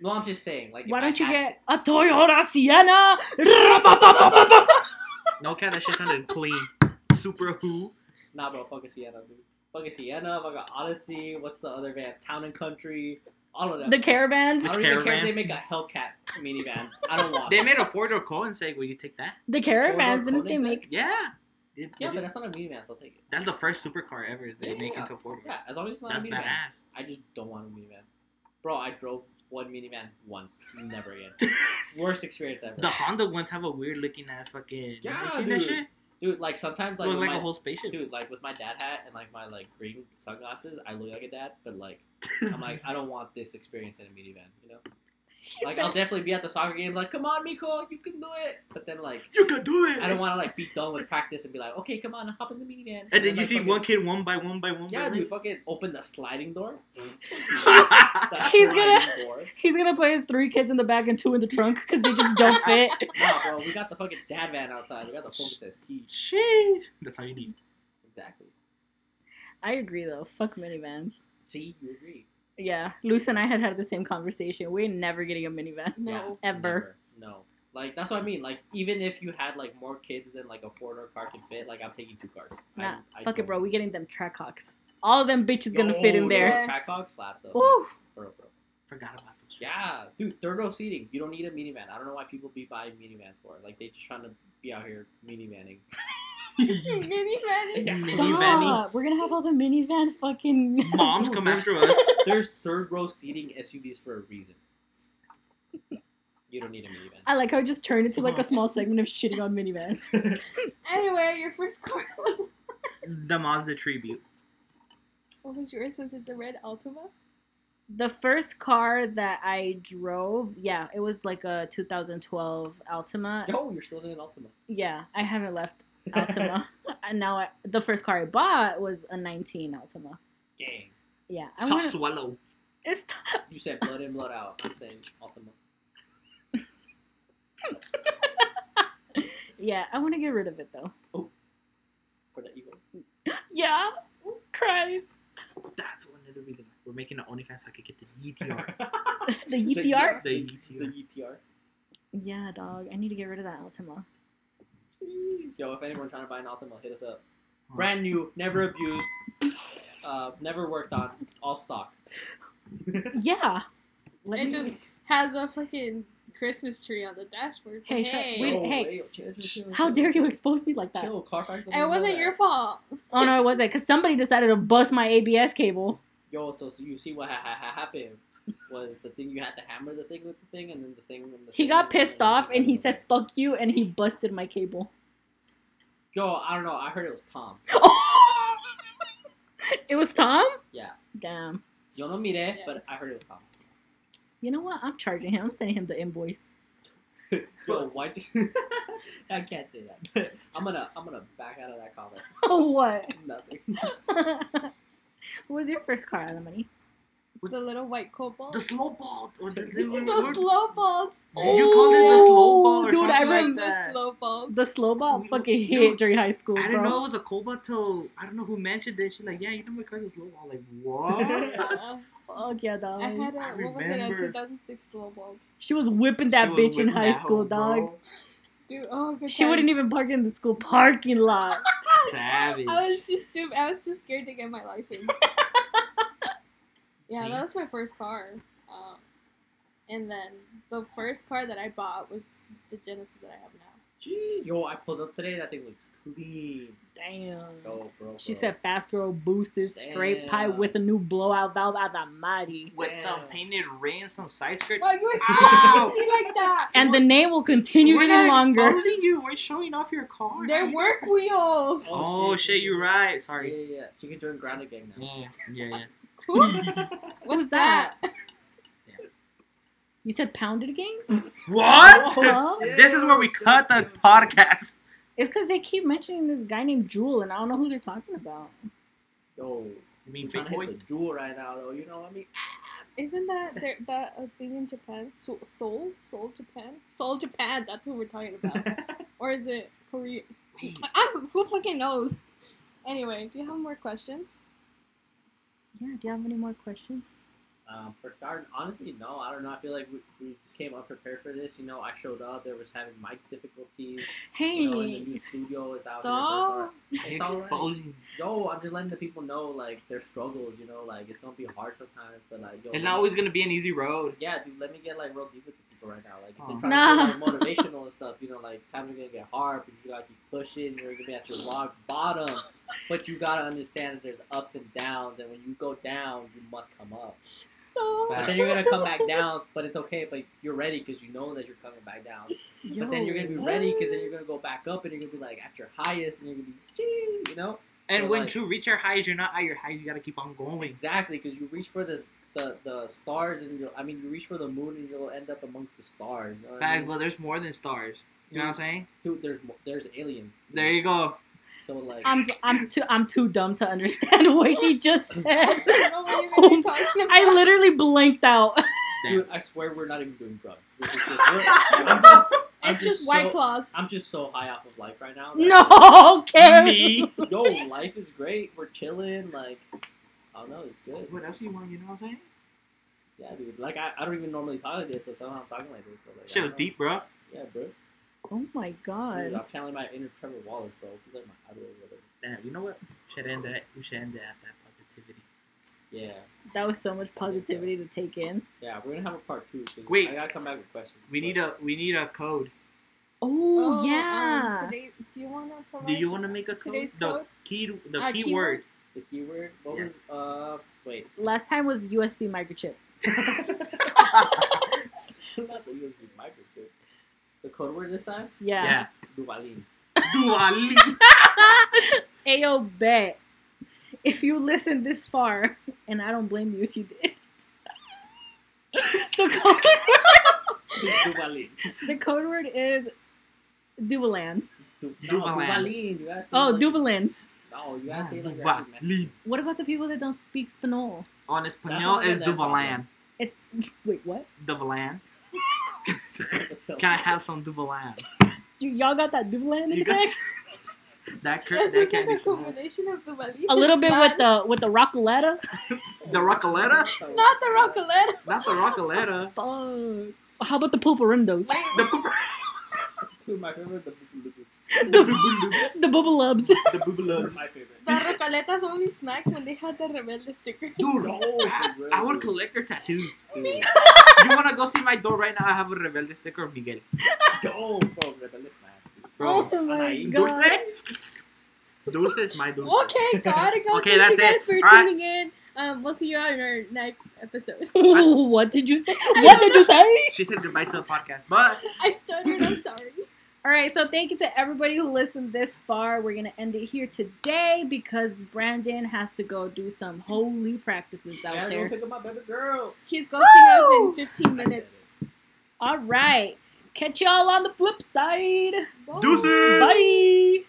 Speaker 3: No, I'm just saying. Like, if
Speaker 1: Why
Speaker 3: I
Speaker 1: don't you
Speaker 3: had-
Speaker 1: get a Toyota Sienna? Ra-pa-pa-pa-pa-pa.
Speaker 2: No cat, that shit sounded clean. Super who?
Speaker 3: Nah, bro. Fuck a Sienna, dude. Fuck a Sienna. Fuck a Odyssey. What's the other van? Town and Country. All of that.
Speaker 1: the caravans.
Speaker 3: I don't even care
Speaker 2: Caravans.
Speaker 3: if they make a Hellcat minivan. I don't want.
Speaker 2: They
Speaker 3: it.
Speaker 2: made a Ford or Cohen say, will you take that?
Speaker 1: The caravans. Didn't they
Speaker 3: Koenigsegg.
Speaker 1: make?
Speaker 2: Yeah. They-
Speaker 3: Yeah,
Speaker 2: they
Speaker 3: but
Speaker 2: do.
Speaker 3: that's not a minivan. So I'll take it.
Speaker 2: that's the first supercar ever they make
Speaker 3: Yeah.
Speaker 2: into a Ford.
Speaker 3: Yeah, as long as it's not
Speaker 2: That's
Speaker 3: a minivan.
Speaker 2: badass.
Speaker 3: I just don't want a minivan, bro. I drove one minivan once. Never again. Worst experience ever.
Speaker 2: The Honda ones have a weird looking ass fucking.
Speaker 3: Yeah,
Speaker 2: you seen
Speaker 3: dude.
Speaker 2: that shit?
Speaker 3: dude. Like sometimes, like,
Speaker 2: Look
Speaker 3: with
Speaker 2: like
Speaker 3: my,
Speaker 2: a whole spaceship.
Speaker 3: dude, like with my dad hat and like my like green sunglasses, I look like a dad. But like, I'm like, I don't want this experience at a media event, you know. Like, I'll definitely be at the soccer game, like, come on, Miko, you can do it. But then, like,
Speaker 2: you can do it.
Speaker 3: I don't want to like be done with practice and be like, okay, come on, hop in the minivan.
Speaker 2: And then you
Speaker 3: like,
Speaker 2: see
Speaker 3: fucking-
Speaker 2: one kid one by one by one.
Speaker 3: Yeah,
Speaker 2: by
Speaker 3: dude, fucking open the sliding door.
Speaker 2: One.
Speaker 3: That
Speaker 1: He's gonna-
Speaker 3: sliding Door.
Speaker 1: He's gonna put his three kids in the back and two in the trunk because they just don't fit.
Speaker 3: Nah, bro, we got the fucking dad van outside. We got the phone that says teach.
Speaker 2: Sheesh. That's all you need.
Speaker 3: Exactly.
Speaker 1: I agree though. Fuck minivans.
Speaker 3: See, you agree.
Speaker 1: Yeah, Luce and I had had the same conversation. We're never getting a minivan.
Speaker 4: No.
Speaker 1: Ever.
Speaker 3: never. No. Like that's what I mean. Like even if you had like more kids than like a four door car could fit, like I'm taking two cars. I-
Speaker 1: Nah,
Speaker 3: I
Speaker 1: fuck it,
Speaker 3: don't-
Speaker 1: bro. We getting them trackhawks. All of them bitches gonna fit in
Speaker 3: Yo,
Speaker 1: there.
Speaker 6: yeah.
Speaker 3: Track hog slaps up.
Speaker 1: Ooh,
Speaker 3: Bro, bro.
Speaker 2: Forgot about those.
Speaker 3: Yeah, dude, third row seating. You don't need a minivan. I don't know why people be buying minivans for. Like they just trying to be out here minivanning. Yeah.
Speaker 1: stop. We're gonna have all the minivan fucking.
Speaker 2: Moms come after us.
Speaker 3: There's third row seating SUVs for a reason. You don't need a minivan.
Speaker 1: I like how it just turned into like a small segment of shitting on minivans.
Speaker 6: Anyway, your first car was.
Speaker 2: The Mazda tribute.
Speaker 4: What was yours? Was it the red Altima?
Speaker 1: the first car that I drove, yeah, it was like a 2012 Altima.
Speaker 3: No, you're still in an Ultima.
Speaker 1: Yeah, I haven't left Altima. and now I, the first car I bought was a 19 Altima.
Speaker 3: Gang.
Speaker 1: Yeah, I
Speaker 2: Soft
Speaker 1: want to.
Speaker 2: swallow.
Speaker 1: It's t-
Speaker 3: You said blood in, blood out. I'm saying Ultima.
Speaker 1: yeah, I want to get rid of it though.
Speaker 3: For the evil.
Speaker 1: Yeah, cries.
Speaker 2: That's one of the reasons we're making the OnlyFans so I could get this E ETR.
Speaker 1: The E EPR.
Speaker 2: The
Speaker 3: The E
Speaker 2: ETR.
Speaker 3: UTR.
Speaker 1: Yeah, dog. I need to get rid of that Altima.
Speaker 3: Yo, if anyone's trying to buy an Altima, hit us up. Brand new, never abused, uh, never worked on, all stock.
Speaker 1: Yeah. Let
Speaker 4: It
Speaker 1: me-
Speaker 4: just has a fucking Christmas tree on the dashboard.
Speaker 1: Hey, shut- wait,
Speaker 3: Yo,
Speaker 1: hey,
Speaker 3: Oh, yo, chill, chill, chill,
Speaker 1: How
Speaker 3: chill.
Speaker 1: dare you expose me like that?
Speaker 3: Chill, Carfax. doesn't
Speaker 4: It
Speaker 3: know
Speaker 4: wasn't
Speaker 3: that.
Speaker 4: your fault.
Speaker 1: Oh no, it wasn't. Cause somebody decided to bust my ABS cable.
Speaker 3: Yo, so, so you see what ha- ha- ha- happened was the thing you had to hammer the thing with the thing, and then the thing. And the
Speaker 1: He
Speaker 3: thing
Speaker 1: got
Speaker 3: and the
Speaker 1: pissed
Speaker 3: thing,
Speaker 1: off and he
Speaker 3: the thing.
Speaker 1: said "fuck you" and he busted my cable.
Speaker 3: "Yo, I don't know. I heard it was Tom.
Speaker 1: it was Tom.
Speaker 3: Yeah.
Speaker 1: Damn.
Speaker 3: Yo no mire, but
Speaker 4: Yes.
Speaker 3: I heard it was Tom.
Speaker 1: You know what? I'm charging him. I'm sending him the invoice.
Speaker 3: Yo, why? You... I can't say that. I'm gonna, I'm gonna back out of that comment.
Speaker 1: Oh what?
Speaker 3: Nothing.
Speaker 1: what was your first car, Alamani?
Speaker 4: The little white cobalt.
Speaker 2: The slow ball. Or the, the,
Speaker 4: the slow bolts.
Speaker 2: You called it the slow ball or
Speaker 1: Dude,
Speaker 2: something
Speaker 1: I
Speaker 2: like
Speaker 1: rem-
Speaker 4: like the
Speaker 2: that.
Speaker 4: slow bolts.
Speaker 1: The slow ball
Speaker 2: We-
Speaker 1: fucking
Speaker 2: dude,
Speaker 1: hit during high school,
Speaker 2: I
Speaker 1: bro.
Speaker 2: didn't know it was a Cobalt till I don't know who mentioned this. She's like, yeah, you know my car's a slow ball. Like, what?
Speaker 4: Yeah.
Speaker 1: Fuck yeah, dog.
Speaker 4: I had a
Speaker 2: I
Speaker 4: what was it a
Speaker 2: remember.
Speaker 4: 2006 slow bolt.
Speaker 1: she was whipping that
Speaker 2: She was
Speaker 1: bitch in
Speaker 2: whipping
Speaker 1: high
Speaker 2: that
Speaker 1: school,
Speaker 2: hoe,
Speaker 1: dog.
Speaker 2: bro.
Speaker 4: Dude, oh good
Speaker 1: She wouldn't
Speaker 4: times.
Speaker 1: even park in the school parking lot.
Speaker 2: Savage.
Speaker 4: I was too stupid. I was too scared to get my license. yeah,
Speaker 2: See?
Speaker 4: that was my first car. Um, and then the first car that I bought was the Genesis that I have now.
Speaker 3: Gee, yo, I pulled up today. That thing looks clean.
Speaker 1: Damn.
Speaker 3: Yo, bro.
Speaker 1: She
Speaker 3: bro.
Speaker 1: said fast girl boosted straight pie
Speaker 3: Damn.
Speaker 1: with a new blowout valve out the mighty.
Speaker 2: With some
Speaker 3: Yeah.
Speaker 2: painted rim, some side skirt.
Speaker 6: Well, you
Speaker 2: Ow.
Speaker 6: exposed me like that.
Speaker 1: And the name will continue
Speaker 2: we're
Speaker 1: getting
Speaker 2: not
Speaker 1: longer.
Speaker 2: exposing you. We're showing off your car.
Speaker 4: They're work wheels.
Speaker 2: Oh shit, you're right.
Speaker 3: Yeah,
Speaker 2: Sorry.
Speaker 3: yeah, yeah. She can join Grounded Gang now.
Speaker 2: Yeah, yeah, yeah.
Speaker 4: What's
Speaker 1: that?
Speaker 4: that?
Speaker 1: You said pounded gang?
Speaker 2: What?
Speaker 1: Huh?
Speaker 2: this is where we cut the podcast.
Speaker 1: It's because they keep mentioning this guy named Jewel, and I don't know who they're talking about.
Speaker 3: Yo,
Speaker 2: You mean
Speaker 3: trying
Speaker 2: fake
Speaker 3: to
Speaker 2: boy?
Speaker 3: hit the jewel right now, though. You know what I mean?
Speaker 4: Isn't that there, that a thing in Japan? Seoul, Seoul, Seoul, Japan, Seoul, Japan. That's what we're talking about. or is it Korea? Ah, who fucking knows? Anyway, do you have more questions?
Speaker 1: Yeah, do you have any more questions?
Speaker 3: Um, for starting, honestly, no. I don't know. I feel like we, we just came unprepared for this. You know, I showed up. There was having mic difficulties.
Speaker 1: Hey,
Speaker 3: You know, in the new studio, it's out
Speaker 4: Stop.
Speaker 3: here. It's all right.
Speaker 2: Exposing.
Speaker 3: Yo, I'm just letting the people know like their struggles. You know, like it's gonna be hard sometimes, but like yo,
Speaker 2: It's not always gonna be an easy road.
Speaker 3: Yeah, dude, let me get like real deep with the people right now. Like,
Speaker 2: Aw.
Speaker 3: if they're trying
Speaker 1: Nah.
Speaker 3: to be like, motivational and stuff, you know, like times are gonna get hard, but you gotta keep pushing. You're gonna be at your rock bottom, but you gotta understand that there's ups and downs, and when you go down, you must come up.
Speaker 4: Stop.
Speaker 3: But then you're gonna come back down, but it's okay. But you're ready because you know that you're coming back down. But then you're gonna be ready because then you're gonna go back up and you're gonna be like at your highest and you're gonna be, "Gee," you know,
Speaker 2: And
Speaker 3: But,
Speaker 2: when
Speaker 3: like-
Speaker 2: you reach your highs, you're not at your highs. You gotta keep on going.
Speaker 3: exactly because you reach for the the, the stars and you'll, I mean you reach for the moon and you'll end up amongst the stars. You know what I
Speaker 2: Facts,
Speaker 3: mean?
Speaker 2: but there's more than stars. You know what I'm saying?
Speaker 3: Dude, there's mo- there's aliens.
Speaker 2: There you go.
Speaker 3: So like,
Speaker 1: I'm I'm too I'm too dumb to understand what he just said.
Speaker 4: I don't know what you're even talking about.
Speaker 1: Oh, I literally blanked out.
Speaker 3: dude, I swear we're not even doing drugs. This is just- we're- I'm just, I'm
Speaker 4: it's just white
Speaker 3: so,
Speaker 4: claws.
Speaker 3: I'm just so high off of life right now. that-
Speaker 1: No, Karen.
Speaker 2: Me.
Speaker 3: yo, life is great. We're chilling. Like, I don't know, it's good.
Speaker 2: What else you want? You know what I'm saying?
Speaker 3: Yeah, dude. Like, I, I don't even normally talk like this, but somehow I'm talking like this. So, like, I
Speaker 2: Shit was
Speaker 3: don't know.
Speaker 2: deep, bro.
Speaker 3: Yeah, bro.
Speaker 1: Oh my
Speaker 3: Dude,
Speaker 1: god.
Speaker 3: I'm channeling my inner Trevor Wallace, bro. He's like my idol or whatever.
Speaker 2: Damn, you know what? We should end that. We should end that. That positivity.
Speaker 3: Yeah,
Speaker 1: That was so much positivity to take in.
Speaker 3: yeah. We're gonna have a part two. 'cause
Speaker 2: Wait.
Speaker 3: I gotta come back with questions.
Speaker 2: We need a. We need a code.
Speaker 1: Oh,
Speaker 4: um,
Speaker 1: yeah.
Speaker 4: today, do you want to provide?
Speaker 2: Do you want to make a code?
Speaker 4: Today's
Speaker 2: the
Speaker 4: code?
Speaker 2: key. The
Speaker 4: Uh,
Speaker 2: key
Speaker 4: keyword?
Speaker 2: word.
Speaker 3: the keyword. What
Speaker 2: Yeah.
Speaker 3: was uh? Wait,
Speaker 1: Last time was USB microchip.
Speaker 3: not the USB microchip. The code word this time.
Speaker 1: Yeah.
Speaker 3: Duvalin.
Speaker 2: Duali.
Speaker 1: Ayo bet. If you listened this far, and I don't blame you if you did. the, code,
Speaker 2: Oh,
Speaker 3: Duvalin.
Speaker 1: the code word is Duvalan.
Speaker 3: Du- no,
Speaker 2: Duvalan.
Speaker 3: Duvalin. You gotta say
Speaker 1: Oh,
Speaker 3: like,
Speaker 1: Duvalan.
Speaker 3: No, you gotta say like that.
Speaker 2: Duvalin.
Speaker 1: What about the people that don't speak Spanish?
Speaker 2: On
Speaker 3: not
Speaker 2: Espanol
Speaker 3: even
Speaker 2: is
Speaker 3: that
Speaker 2: Duvalan.
Speaker 1: It's wait, what?
Speaker 2: Duvalan. Can I have some Duvalan?
Speaker 1: You, y'all got that Duvalan in the
Speaker 2: You got-
Speaker 1: back?
Speaker 2: that cur-
Speaker 4: It's
Speaker 2: that
Speaker 4: just like
Speaker 2: can't
Speaker 4: a
Speaker 2: be small.
Speaker 4: combination of the Valley.
Speaker 1: A little bit with
Speaker 4: not,
Speaker 1: the with the Rockaletta.
Speaker 2: The Rockaletta?
Speaker 4: not the Rockaletta.
Speaker 2: Not the Rockaletta.
Speaker 1: Fuck. How about the pulparindos?
Speaker 2: The pooper-
Speaker 3: Two of my favorite. The
Speaker 2: the boobaloo.
Speaker 3: Boogaloo.
Speaker 1: the boobalubs.
Speaker 2: The boobaloo.
Speaker 3: my favorite.
Speaker 4: The Rocaletas only smack when they had the Rebelde stickers.
Speaker 2: Dude,
Speaker 3: No,
Speaker 2: I,
Speaker 3: for real,
Speaker 2: I would
Speaker 3: dude.
Speaker 2: collect their tattoos.
Speaker 3: Dude.
Speaker 2: You wanna go see my door right now? I have a Rebelde sticker of Miguel.
Speaker 3: Yo, bro, Rebelde Smash.
Speaker 2: Bro.
Speaker 1: oh my
Speaker 3: Anaí.
Speaker 1: god.
Speaker 2: Dulce? Dulce is my dulce.
Speaker 4: Okay, God, I got
Speaker 2: Okay,
Speaker 4: Thank you
Speaker 2: that's it.
Speaker 4: guys for
Speaker 2: All right.
Speaker 4: tuning in. Um, we'll see you on our next episode.
Speaker 1: Ooh, what did you say? What did you say?
Speaker 2: She said goodbye to the podcast, but
Speaker 4: I stuttered. I'm sorry.
Speaker 1: All right, so thank you to everybody who listened this far. We're gonna end it here today because Brandon has to go do some holy practices out
Speaker 3: Yeah, go
Speaker 1: there.
Speaker 3: pick up my baby girl.
Speaker 4: He's ghosting
Speaker 1: Woo!
Speaker 4: us in 15 minutes.
Speaker 1: All right, catch y'all on the flip side.
Speaker 4: Bye.
Speaker 2: deuces.
Speaker 1: Bye.